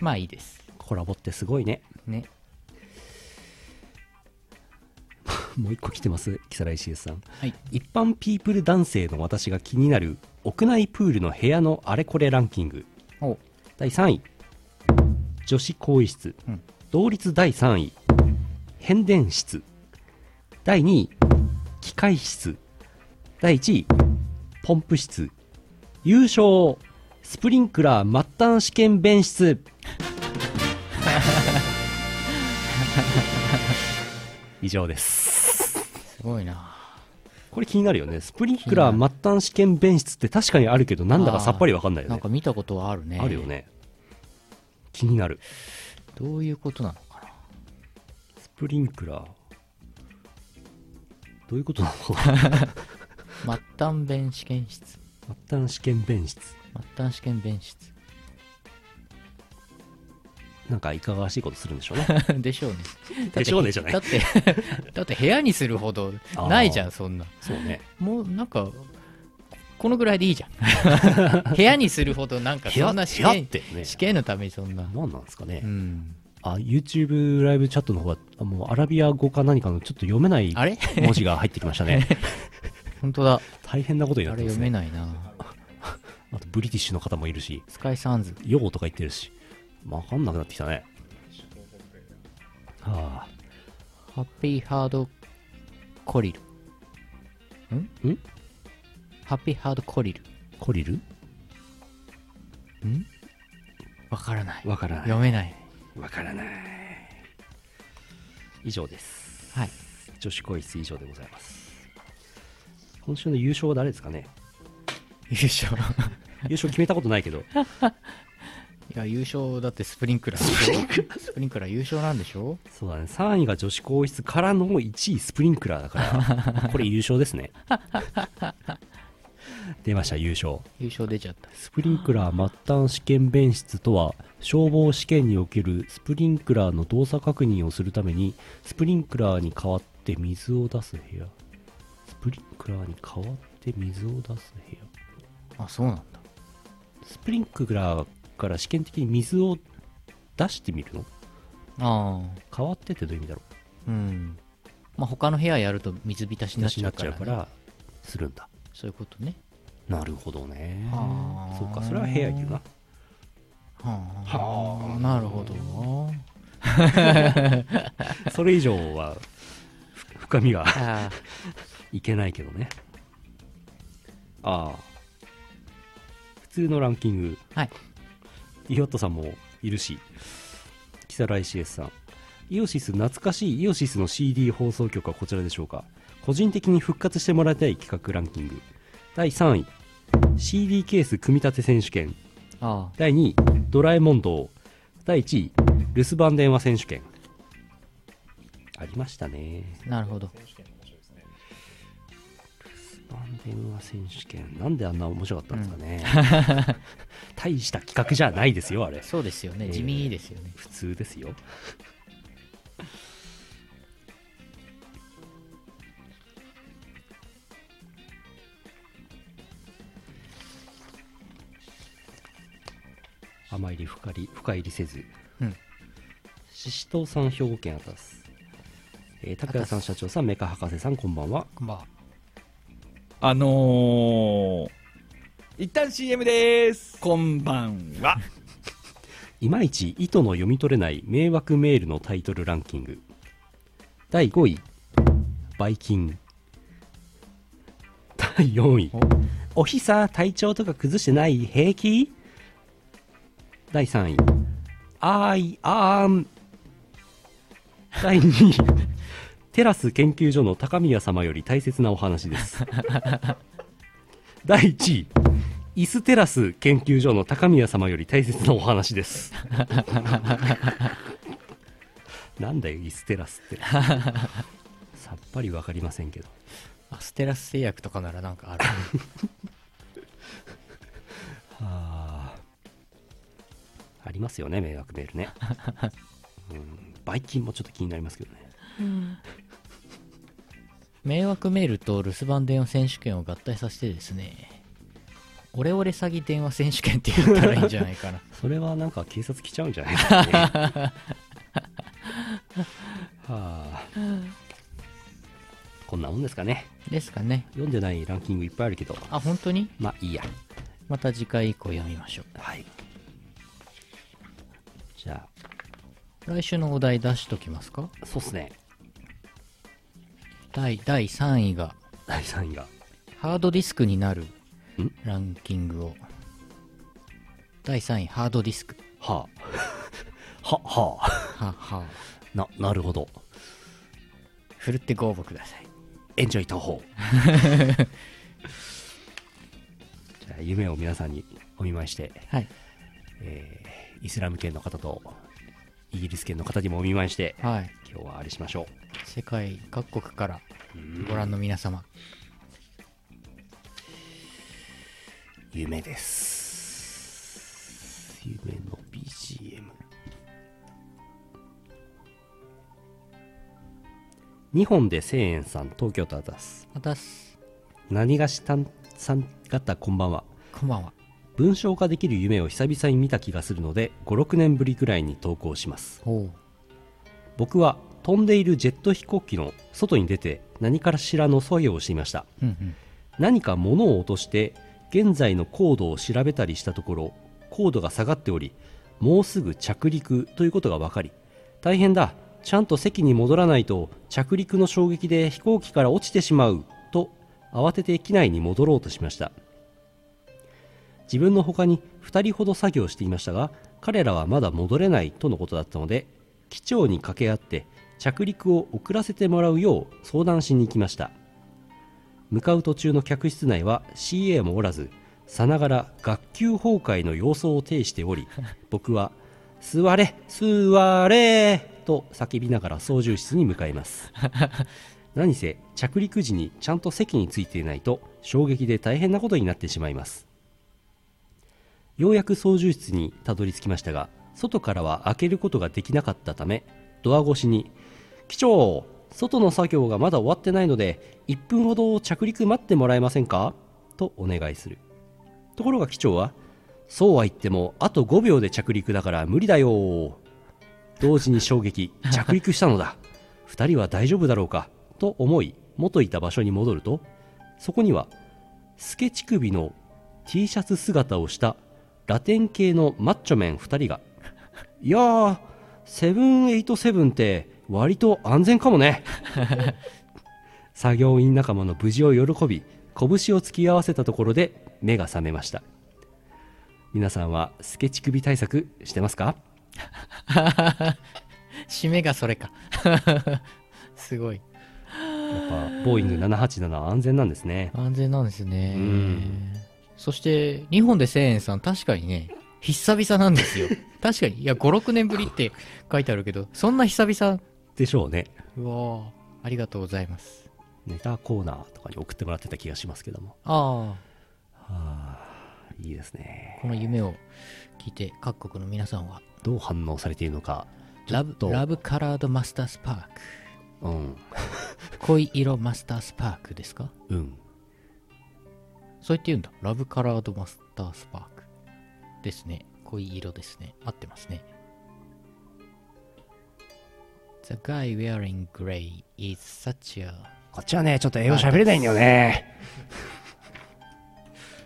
[SPEAKER 2] まあいいです
[SPEAKER 1] コラボってすごいね
[SPEAKER 2] ね
[SPEAKER 1] もう一個来てます木更石さん
[SPEAKER 2] はい
[SPEAKER 1] 一般ピープル男性の私が気になる屋内プールの部屋のあれこれランキング
[SPEAKER 2] お
[SPEAKER 1] 第3位女子更衣室、
[SPEAKER 2] うん
[SPEAKER 1] 同率第3位変電室第2位機械室第1位ポンプ室優勝スプリンクラー末端試験弁室以上です
[SPEAKER 2] すごいな
[SPEAKER 1] これ気になるよねスプリンクラー末端試験弁室って確かにあるけどなんだかさっぱりわかんないよ
[SPEAKER 2] なん
[SPEAKER 1] ね
[SPEAKER 2] か見たことはあるね
[SPEAKER 1] あるよね気になる
[SPEAKER 2] どういうことなのかな
[SPEAKER 1] スプリンクラーどういうことな
[SPEAKER 2] [laughs]
[SPEAKER 1] のかな
[SPEAKER 2] 末端弁試験室
[SPEAKER 1] 末端試験弁室
[SPEAKER 2] 末端試験弁室 [laughs]
[SPEAKER 1] なんかいかがわしいことするんでしょう
[SPEAKER 2] [laughs]
[SPEAKER 1] ね
[SPEAKER 2] でしょうね
[SPEAKER 1] でしょうねじゃない
[SPEAKER 2] だってだって部 [laughs] 屋にするほどないじゃんそんな
[SPEAKER 1] そうね
[SPEAKER 2] もうなんかこのぐらいでいいじゃ
[SPEAKER 1] [laughs]
[SPEAKER 2] ん部屋にするほどなんか
[SPEAKER 1] 部屋
[SPEAKER 2] そんな試験
[SPEAKER 1] ってね
[SPEAKER 2] 試験のためにそんな
[SPEAKER 1] 何なんですかね、
[SPEAKER 2] うん
[SPEAKER 1] あ YouTube ライブチャットの方はあもうアラビア語か何かのちょっと読めない [laughs]
[SPEAKER 2] あれ
[SPEAKER 1] 文字が入ってきました
[SPEAKER 2] [laughs]
[SPEAKER 1] ね
[SPEAKER 2] 本当だ
[SPEAKER 1] 大変なことにな
[SPEAKER 2] あ
[SPEAKER 1] って
[SPEAKER 2] れ
[SPEAKER 1] ます
[SPEAKER 2] 読め
[SPEAKER 1] ね
[SPEAKER 2] ないな
[SPEAKER 1] あとブリティッシュの方もいるし
[SPEAKER 2] スカイサンズ
[SPEAKER 1] 「よう」とか言ってるし分かんなくなってきたねはあ
[SPEAKER 2] ハッピーハードコリルん
[SPEAKER 1] ん
[SPEAKER 2] ハッピーハードコリル
[SPEAKER 1] コリル
[SPEAKER 2] わからない
[SPEAKER 1] わからない
[SPEAKER 2] 読めない
[SPEAKER 1] わからない以上です
[SPEAKER 2] はい
[SPEAKER 1] 女子更衣室以上でございます今週の優勝は誰ですかね
[SPEAKER 2] 優勝
[SPEAKER 1] 優勝決めたことないけど
[SPEAKER 2] [laughs] いや優勝だってスプリンクラーでしょスプリンクラー優勝なんでしょ
[SPEAKER 1] そうだね3位が女子更衣室からの1位スプリンクラーだからこれ優勝ですね出ました優勝
[SPEAKER 2] 優勝出ちゃった
[SPEAKER 1] スプリンクラー末端試験弁室とは消防試験におけるスプリンクラーの動作確認をするためにスプリンクラーに代わって水を出す部屋スプリンクラーに代わって水を出す部屋
[SPEAKER 2] あそうなんだ
[SPEAKER 1] スプリンクラーから試験的に水を出してみるの
[SPEAKER 2] ああ
[SPEAKER 1] 変わってってどういう意味だろう
[SPEAKER 2] うんまあ他の部屋やると水浸しに
[SPEAKER 1] 出
[SPEAKER 2] なっ
[SPEAKER 1] しに
[SPEAKER 2] ちゃ
[SPEAKER 1] な
[SPEAKER 2] う
[SPEAKER 1] っち
[SPEAKER 2] か
[SPEAKER 1] ゃう
[SPEAKER 2] ら,、ね、
[SPEAKER 1] からするんだ
[SPEAKER 2] そういうことね
[SPEAKER 1] なるほどね
[SPEAKER 2] あー
[SPEAKER 1] そうかそれは部屋いるな
[SPEAKER 2] はあなるほどな
[SPEAKER 1] それ以上はふ深みが
[SPEAKER 2] ああ
[SPEAKER 1] いけないけどねああ普通のランキング
[SPEAKER 2] はい
[SPEAKER 1] イオットさんもいるし木更井 CS さんイオシス懐かしいイオシスの CD 放送局はこちらでしょうか個人的に復活してもらいたい企画ランキング第3位 CD ケース組み立て選手権
[SPEAKER 2] あ
[SPEAKER 1] 第2位ドラえもん道第1位留守番電話選手権ありましたね
[SPEAKER 2] あなるほど
[SPEAKER 1] 留守番電話選手権なんであんな面白かったんですかね、
[SPEAKER 2] [laughs]
[SPEAKER 1] 大した企画じゃないですよあれ
[SPEAKER 2] そうですよ
[SPEAKER 1] え
[SPEAKER 2] ね
[SPEAKER 1] ー
[SPEAKER 2] 地味ですよね、
[SPEAKER 1] 普通ですよあまり深り深入りせず
[SPEAKER 2] うん
[SPEAKER 1] ししとうさん兵庫県あたす、えー、拓也さん社長さんメカ博士さんこんばんは
[SPEAKER 2] こんばんは
[SPEAKER 3] [laughs] あのー、一旦 CM でーす。こんばん [laughs] は。
[SPEAKER 1] いまいち意図の読み取れない迷惑メールのタイトルランキング第5位バイキン第4位おひさ体調とか崩してない平気第3位あーいあーん第2位テラス研究所の高宮様より大切なお話です第1位椅子テラス研究所の高宮様より大切なお話ですなんだよ椅子テラスってさっぱりわかりませんけど
[SPEAKER 2] アステラス製薬とかならなんかある
[SPEAKER 1] あーありますよね迷惑メールね、うん、バイキンもちょっと気になりますけどね
[SPEAKER 2] 迷惑メールと留守番電話選手権を合体させてですねオレオレ詐欺電話選手権って言ったらいいんじゃないかな
[SPEAKER 1] それはなんか警察来ちゃうんじゃないかねはあこんなもんですかね
[SPEAKER 2] ですかね
[SPEAKER 1] 読んでないランキングいっぱいあるけど
[SPEAKER 2] あ本当に
[SPEAKER 1] まあいいや
[SPEAKER 2] また次回以降読みましょ
[SPEAKER 1] はいじゃ
[SPEAKER 2] う来週のお題出しときますか
[SPEAKER 1] あそうっすね
[SPEAKER 2] 第第3位が
[SPEAKER 1] 第3位が
[SPEAKER 2] ハードディスクになるランキングを第3位ハードディスク
[SPEAKER 1] はあははあ
[SPEAKER 2] はは
[SPEAKER 1] ななるほど
[SPEAKER 2] ふるってご応募ください
[SPEAKER 1] エンジョイ東宝 [laughs] じゃあ夢を皆さんにお見舞いして、
[SPEAKER 2] はい
[SPEAKER 1] えーイスラム圏の方とイギリス圏の方にもお見舞いして
[SPEAKER 2] はい
[SPEAKER 1] 今日はあれしましょ
[SPEAKER 2] 世界各国から
[SPEAKER 1] ううん
[SPEAKER 2] ご覧の皆様
[SPEAKER 1] 夢です夢の BGM 日本で千円さん東京都アタス
[SPEAKER 2] またす
[SPEAKER 1] 何がしたんさん方こんばんは
[SPEAKER 2] こんばんは
[SPEAKER 1] 文章化できる夢を久々に見た気がするので56年ぶりくらいに投稿します
[SPEAKER 2] おう
[SPEAKER 1] 僕は飛んでいるジェット飛行機の外に出て何からしらの作業をしていました
[SPEAKER 2] うんうん
[SPEAKER 1] 何か物を落として現在の高度を調べたりしたところ高度が下がっておりもうすぐ着陸ということが分かり大変だちゃんと席に戻らないと着陸の衝撃で飛行機から落ちてしまうと慌てて機内に戻ろうとしました自分の他に2人ほど作業していましたが彼らはまだ戻れないとのことだったので機長に掛け合って着陸を遅らせてもらうよう相談しに行きました向かう途中の客室内は CA もおらずさながら学級崩壊の様相を呈しており [laughs] 僕は「座れ座れ!」と叫びながら操縦室に向かいます何せ着陸時にちゃんと席についていないと衝撃で大変なことになってしまいますようやく操縦室にたどり着きましたが外からは開けることができなかったためドア越しに「機長外の作業がまだ終わってないので1分ほど着陸待ってもらえませんか?」とお願いするところが機長は「そうは言ってもあと5秒で着陸だから無理だよ」同時に衝撃着陸したのだ2人は大丈夫だろうかと思い元いた場所に戻るとそこには透け乳首の T シャツ姿をしたラテン系のマッチョメン2人が「いや [laughs] ーセブンエイトセブンって割と安全かもね」作業員仲間の無事を喜び拳を突き合わせたところで目が覚めました皆さんはスケチ首対策してますか
[SPEAKER 2] [laughs] 締めがそれか。 [laughs] すごい。
[SPEAKER 1] やっぱボーイング787は安全なんですね
[SPEAKER 2] 安全なんですね
[SPEAKER 1] うん。
[SPEAKER 2] そして、日本で1000円さん、確かにね、久々なん
[SPEAKER 1] [laughs]
[SPEAKER 2] ですよ。確かに。いや、5、6年ぶりって書いてあるけど、そんな久々。
[SPEAKER 1] でしょうね
[SPEAKER 2] うわーありがとうございます。
[SPEAKER 1] ネタコーナーとかに送ってもらってた気がしますけどもは
[SPEAKER 2] あ
[SPEAKER 1] あいいです
[SPEAKER 2] あ、
[SPEAKER 1] ね
[SPEAKER 2] この夢を聞いて、各国の皆さんは、
[SPEAKER 1] どう反応されているのか
[SPEAKER 2] ラブ、
[SPEAKER 1] と
[SPEAKER 2] ラブカラードマスタースパーク。
[SPEAKER 1] うん
[SPEAKER 2] 恋色マスタースパークですか
[SPEAKER 1] うん
[SPEAKER 2] そう言って言うんだ。ラブカラードマスタースパーク。ですね。恋色ですね。合ってますね。The guy wearing grey is such a
[SPEAKER 1] こっちはねちょっと英
[SPEAKER 2] 語喋れないんだよ
[SPEAKER 1] ね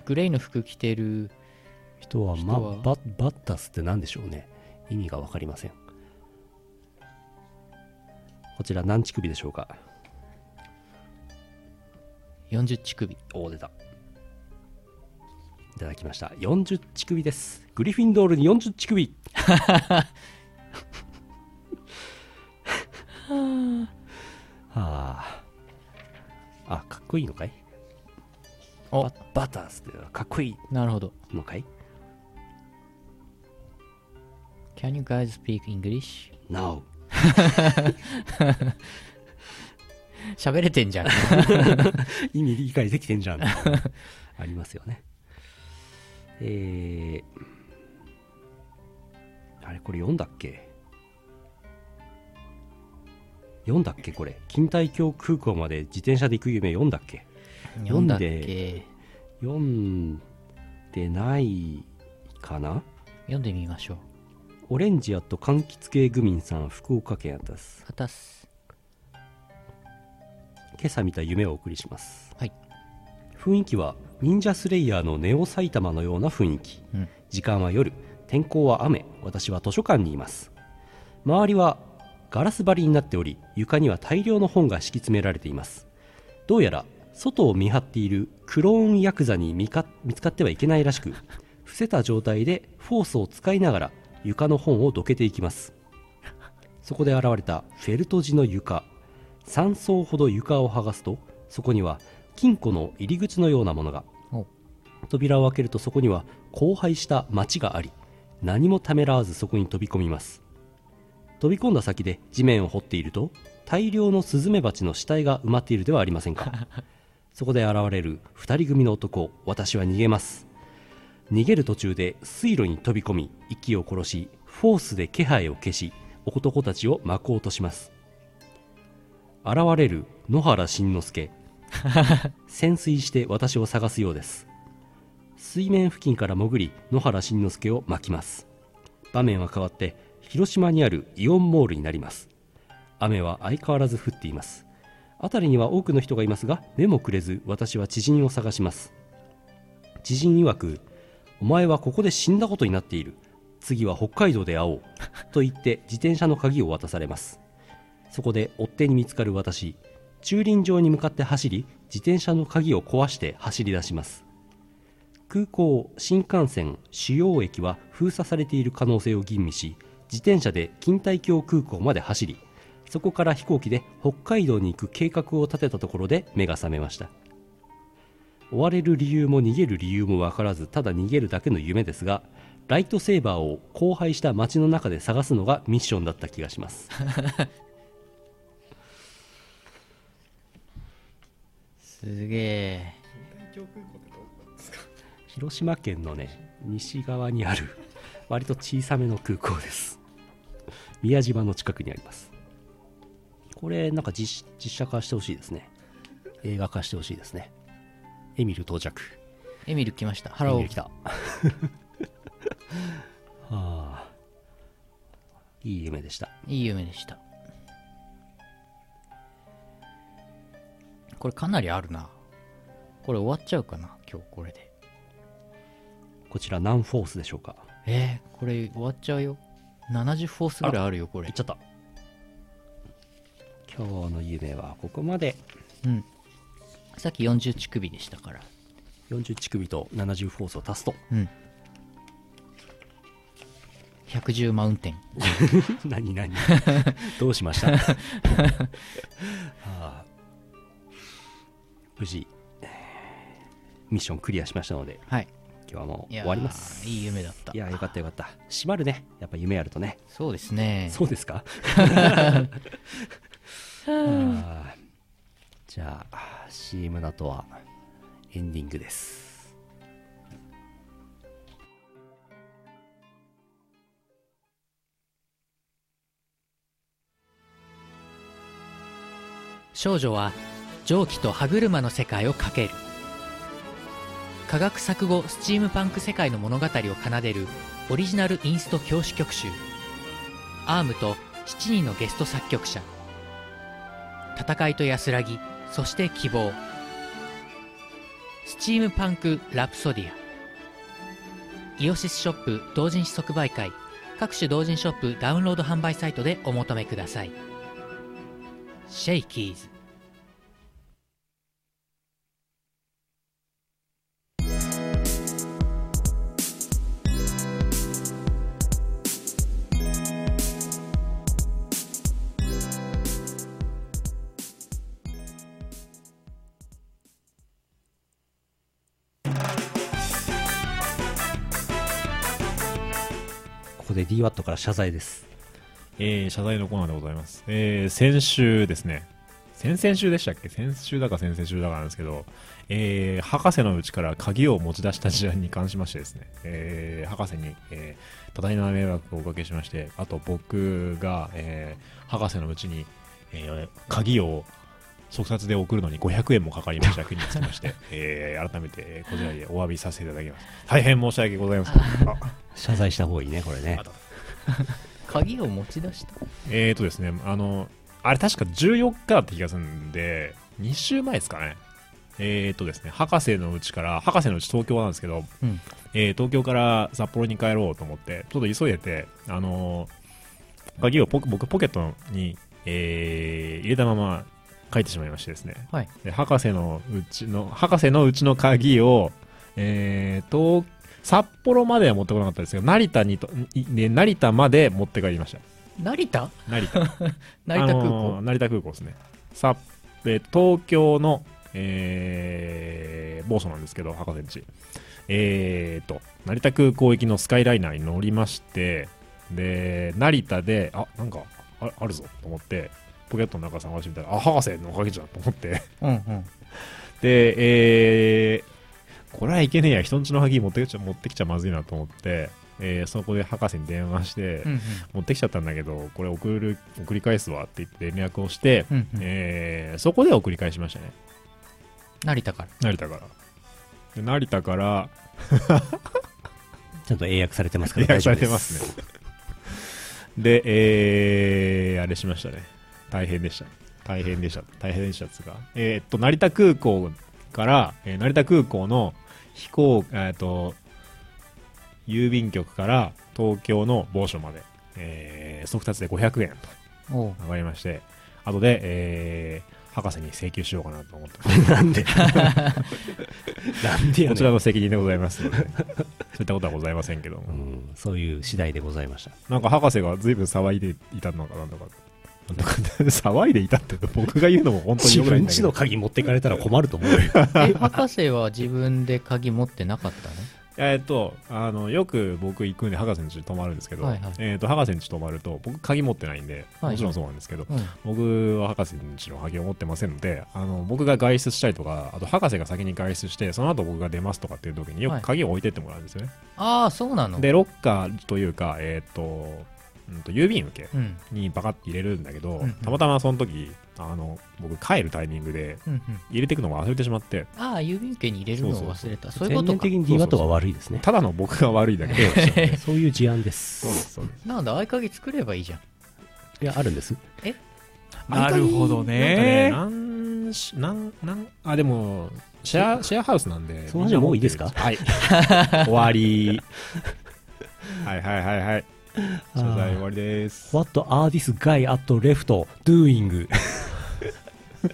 [SPEAKER 2] グレーの服着てる
[SPEAKER 1] 人は,、ま
[SPEAKER 2] 人は
[SPEAKER 1] ババッタスって何でしょうね意味が分かりませんこちら何乳首でしょうか
[SPEAKER 2] 40乳首。
[SPEAKER 1] おお出たいただきました40乳首ですグリフィンドールに40乳首
[SPEAKER 2] [laughs]
[SPEAKER 1] はああかっこいいのかい
[SPEAKER 2] お
[SPEAKER 1] バ、バタースってのはかっこいい
[SPEAKER 2] なるほど。
[SPEAKER 1] のかい
[SPEAKER 2] Can you guys speak English?
[SPEAKER 1] ?No
[SPEAKER 2] 喋れてんじゃん。
[SPEAKER 1] 意味理解できてんじゃん [laughs] ありますよねえー、あれこれ読んだっけ読んだっけこれ錦帯橋空港まで自転車で行く夢読んだっけ
[SPEAKER 2] [laughs] 読んだっ
[SPEAKER 1] 読ん
[SPEAKER 2] け
[SPEAKER 1] 読んでないかな
[SPEAKER 2] 読んでみましょう。
[SPEAKER 1] オレンジやと柑橘系グミンさん福岡県やったっす
[SPEAKER 2] あたす。
[SPEAKER 1] 今朝見た夢をお送りします、
[SPEAKER 2] はい
[SPEAKER 1] 雰囲気は忍者スレイヤーのネオ埼玉のような雰囲気、
[SPEAKER 2] うん
[SPEAKER 1] 時間は夜天候は雨私は図書館にいます周りはガラス張りになっており床には大量の本が敷き詰められていますどうやら外を見張っているクローンヤクザに見か見つかってはいけないらしく伏せた状態でフォースを使いながら床の本をどけていきますそこで現れたフェルト地の床3層ほど床を剥がすとそこには金庫の入り口のようなものが
[SPEAKER 2] お
[SPEAKER 1] 扉を開けるとそこには荒廃した町があり何もためらわずそこに飛び込みます飛び込んだ先で地面を掘っていると大量のスズメバチの死体が埋まっているではありませんかそこで現れる2人組の男私は逃げます逃げる途中で水路に飛び込み息を殺しフォースで気配を消し男たちを巻こうとします現れる野原慎之介潜水して私を探すようです水面付近から潜り野原慎之介を巻きます場面は変わって広島にあるイオンモールになります雨は相変わらず降っています辺りには多くの人がいますが目もくれず私は知人を探します知人曰くお前はここで死んだことになっている次は北海道で会おうと言って自転車の鍵を渡されますそこで追っ手に見つかる私駐輪場に向かって走り自転車の鍵を壊して走り出します空港新幹線主要駅は封鎖されている可能性を吟味し自転車で錦帯橋空港まで走りそこから飛行機で北海道に行く計画を立てたところで目が覚めました追われる理由も逃げる理由も分からずただ逃げるだけの夢ですがライトセーバーを荒廃した街の中で探すのがミッションだった気がします
[SPEAKER 2] すげえ。
[SPEAKER 1] [laughs] 広島県のね西側にある [laughs] 割と小さめの空港です宮島の近くにありますこれなんか実実写化してほしいですね映画化してほしいですねエミル到着
[SPEAKER 2] エミル来ました。ハ
[SPEAKER 1] ハ
[SPEAKER 2] ロ
[SPEAKER 1] ロ
[SPEAKER 2] ー
[SPEAKER 1] ー。来た。 [laughs] はあ、いい夢でした。
[SPEAKER 2] いい夢でした。これかなりあるな。これ終わっちゃうかな、今日これで。
[SPEAKER 1] こちら何フォースでしょうか
[SPEAKER 2] えー、これ終わっちゃうよ。70フォースぐらいあるよ、こ
[SPEAKER 1] いっ
[SPEAKER 2] れ
[SPEAKER 1] ち。ゃった。今日の夢はここまで。
[SPEAKER 2] うん、さっき40乳首でしたから
[SPEAKER 1] 40乳首と70フォースを足すと [laughs]
[SPEAKER 2] うん110マウンテン
[SPEAKER 1] 何 [laughs] 何どうしました [laughs] はあ無事えーミッションクリアしましたので
[SPEAKER 2] はい
[SPEAKER 1] 今日はもう
[SPEAKER 2] いやー
[SPEAKER 1] 終わります
[SPEAKER 2] いい夢だった
[SPEAKER 1] いやーよかったよかった閉まるねやっぱ夢あるとね
[SPEAKER 2] そうですね
[SPEAKER 1] そうです [laughs] かあーじゃあ CM だとはエンディングです
[SPEAKER 2] 少女は蒸気と歯車の世界をかける科学錯誤スチームパンク世界の物語を奏でるオリジナルインスト教師曲集アームと7人のゲスト作曲者戦いと安らぎそして希望スチームパンクラプソディアイオシスショップ同人誌即売会各種同人ショップダウンロード販売サイトでお求めくださいシェイキーズ
[SPEAKER 1] ここで DWAT から謝罪です
[SPEAKER 6] えー謝罪のコーナーでございます。えー先週ですね。先々週でしたっけ先週だか先々週だかなんですけど、えー博士のうちから鍵を持ち出した事案に関しましてですね、えー博士に、えー多大な迷惑をおかけしまして、あと僕が、えー博士のうちに、えー鍵を即殺で送るのに500円もかかりました件につきまして、えー改めてえーこちらでお詫びさせていただきます。大変申し訳ございません。あ
[SPEAKER 1] 謝罪した方がいいねこれね
[SPEAKER 2] 鍵を持ち出した
[SPEAKER 6] えーとですね、あの、あれ確か14日だった気がするんで、2週前ですかね。えーとですね、博士のうちから、博士のうち東京なんですけど、
[SPEAKER 2] うん
[SPEAKER 6] えー東京から札幌に帰ろうと思って、ちょっと急いでて、あのー鍵をポ僕ポケットに、えー入れたまま帰ってしまいましてですね、
[SPEAKER 2] はい
[SPEAKER 6] で博士のうちの、博士のうちの鍵を、えー、東札幌までは持ってこなかったですけど、成田にと、で成田まで持って帰りました。
[SPEAKER 2] 成田
[SPEAKER 6] 成田。
[SPEAKER 2] 成田空
[SPEAKER 6] あ
[SPEAKER 2] 港、
[SPEAKER 6] のー成田空港ですね。さえー東京の、えー、某所なんですけど、博士んち。えーと、成田空港行きのスカイライナーに乗りまして、で、成田で、あ、なんか、ああるぞと思って、ポケットの中探してみたら、あ、博士のおかげじゃんと思って、 [laughs]
[SPEAKER 2] うんうん
[SPEAKER 6] で、えーこれはいけねえや、人んちの鍵持ってきちゃ持ってきちゃまずいなと思って、えーそこで博士に電話して、
[SPEAKER 2] うんうん
[SPEAKER 6] 持ってきちゃったんだけど、これ送る、送り返すわって言って連絡をして、
[SPEAKER 2] うんうん
[SPEAKER 6] えーそこで送り返しましたね。
[SPEAKER 2] 成田から
[SPEAKER 6] 成田から。で成田から、
[SPEAKER 1] ちゃんと英訳されてますか
[SPEAKER 6] [laughs] 予
[SPEAKER 1] ら
[SPEAKER 6] 約
[SPEAKER 1] 大丈夫
[SPEAKER 6] され
[SPEAKER 1] です
[SPEAKER 6] てますね。で、えー、あれしましたね。大変でした。大変でした。大変でしたっつうか。えーっと、成田空港から、えー成田空港の飛行、えーっと、郵便局から東京の某所まで、えー、速達で500円と
[SPEAKER 2] おう
[SPEAKER 6] 上がりまして、後で、えー、博士に請求しようかなと思ってます。
[SPEAKER 1] なんで
[SPEAKER 6] [laughs]
[SPEAKER 1] なんでや
[SPEAKER 6] こ
[SPEAKER 1] ね
[SPEAKER 6] ちらの責任でございますので、そういったことはございませんけども
[SPEAKER 1] う。ん、そういう次第でございました
[SPEAKER 6] なんか博士が随分騒いでいたのかなんとか。なんとか騒いでいたって僕が言うのも本当に
[SPEAKER 1] 自
[SPEAKER 6] 良くないん
[SPEAKER 1] 分
[SPEAKER 6] だ
[SPEAKER 1] ち
[SPEAKER 6] け
[SPEAKER 1] の
[SPEAKER 6] ど。
[SPEAKER 1] 鍵持ってかれたら困ると
[SPEAKER 2] [laughs]
[SPEAKER 1] 思うよ
[SPEAKER 2] [laughs] え博士は自分で鍵持ってなかったの
[SPEAKER 6] えーっと、あの、よく僕行くんで博士の家に泊まるんですけど、
[SPEAKER 2] はいはい
[SPEAKER 6] えーっと、博士の家泊まると、僕鍵持ってないんで、
[SPEAKER 2] はい
[SPEAKER 6] もちろんそうなんですけど、
[SPEAKER 2] うん
[SPEAKER 6] 僕は博士の家の鍵を持ってませんので、あの、僕が外出したりとか、あと博士が先に外出して、その後僕が出ますとかっていう時によく鍵を置いてってもらうんですよね。
[SPEAKER 2] ああそうなの
[SPEAKER 6] で、ロッカーというか、えーっと、うんと、郵便受け。
[SPEAKER 2] うん
[SPEAKER 6] にバカって入れるんだけど、
[SPEAKER 2] うんうん
[SPEAKER 6] たまたまその時あの僕帰るタイミングで
[SPEAKER 2] うんうん
[SPEAKER 6] 入れていくのを忘れてしまって
[SPEAKER 2] ああ郵便受けに入れるのを忘れたそういうこ
[SPEAKER 1] 全
[SPEAKER 2] と
[SPEAKER 1] 面
[SPEAKER 2] か
[SPEAKER 1] 的に DWAT が悪いですね
[SPEAKER 6] ただの僕が悪いだけで
[SPEAKER 1] [laughs] そういう事案で
[SPEAKER 6] そうですすそうです
[SPEAKER 2] なんだ合鍵作ればいいじゃん
[SPEAKER 1] いやあるんです
[SPEAKER 3] なるほどね
[SPEAKER 6] なんかねなんしなんなんあでもシェアシェアハウスなんで
[SPEAKER 1] その話はもういいですか
[SPEAKER 6] はい
[SPEAKER 1] [laughs]
[SPEAKER 6] 終わりはいはいはいはい謝罪終わりです
[SPEAKER 1] What are this guy at left doing? [laughs]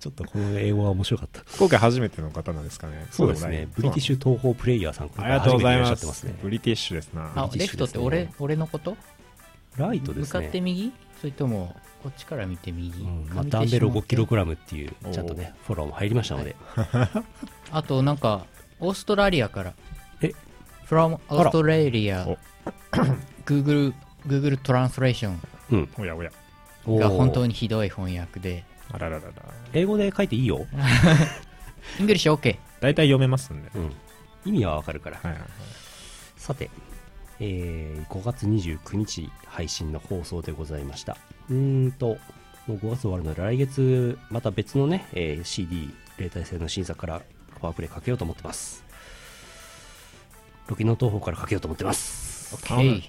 [SPEAKER 1] ちょっとこの英語は面白かった。
[SPEAKER 6] 今回初めての方なんですかね。
[SPEAKER 1] そうですね。ブリティッシュ東方プレイヤーさん、
[SPEAKER 6] そうなんだ。ありがとうござい
[SPEAKER 1] 今回初めてらっしゃ
[SPEAKER 6] ま
[SPEAKER 1] ってます
[SPEAKER 6] す
[SPEAKER 1] ね。。
[SPEAKER 6] ブリティッシュですな。
[SPEAKER 2] あ
[SPEAKER 1] ブリティ
[SPEAKER 2] レ
[SPEAKER 1] ッシ
[SPEAKER 2] フ
[SPEAKER 1] ュで
[SPEAKER 2] トっ
[SPEAKER 1] す
[SPEAKER 2] て
[SPEAKER 1] ね
[SPEAKER 2] 俺俺のこと
[SPEAKER 1] ライトです
[SPEAKER 2] 向かって
[SPEAKER 1] ね。
[SPEAKER 2] 右それともこっちから見て右、
[SPEAKER 1] うんまあ、
[SPEAKER 2] 上手
[SPEAKER 1] ダンベル
[SPEAKER 2] 下手
[SPEAKER 1] 5kg っていう、ちゃんとね、フォローも入りましたので、
[SPEAKER 2] あとなんかオーストラリアから
[SPEAKER 1] え
[SPEAKER 2] from オーストラリア
[SPEAKER 6] お
[SPEAKER 2] [coughs] Google Google トランスレーション
[SPEAKER 1] うん。
[SPEAKER 6] おやおや。
[SPEAKER 1] おー
[SPEAKER 2] が本当にひどい翻訳で
[SPEAKER 6] あらららら。
[SPEAKER 1] 英語で書いていいよ。
[SPEAKER 2] イングリッシュ OK
[SPEAKER 6] 大体読めますんで。
[SPEAKER 1] うん。意味はわかるから。
[SPEAKER 6] はいはいはい。
[SPEAKER 1] さて、えー5月29日配信の放送でございました。うーんと、もう5月終わるので、来月また別のね、えー CD、例体制の審査からパワープレイかけようと思ってます。ロキの東方からかけようと思ってます。
[SPEAKER 2] OK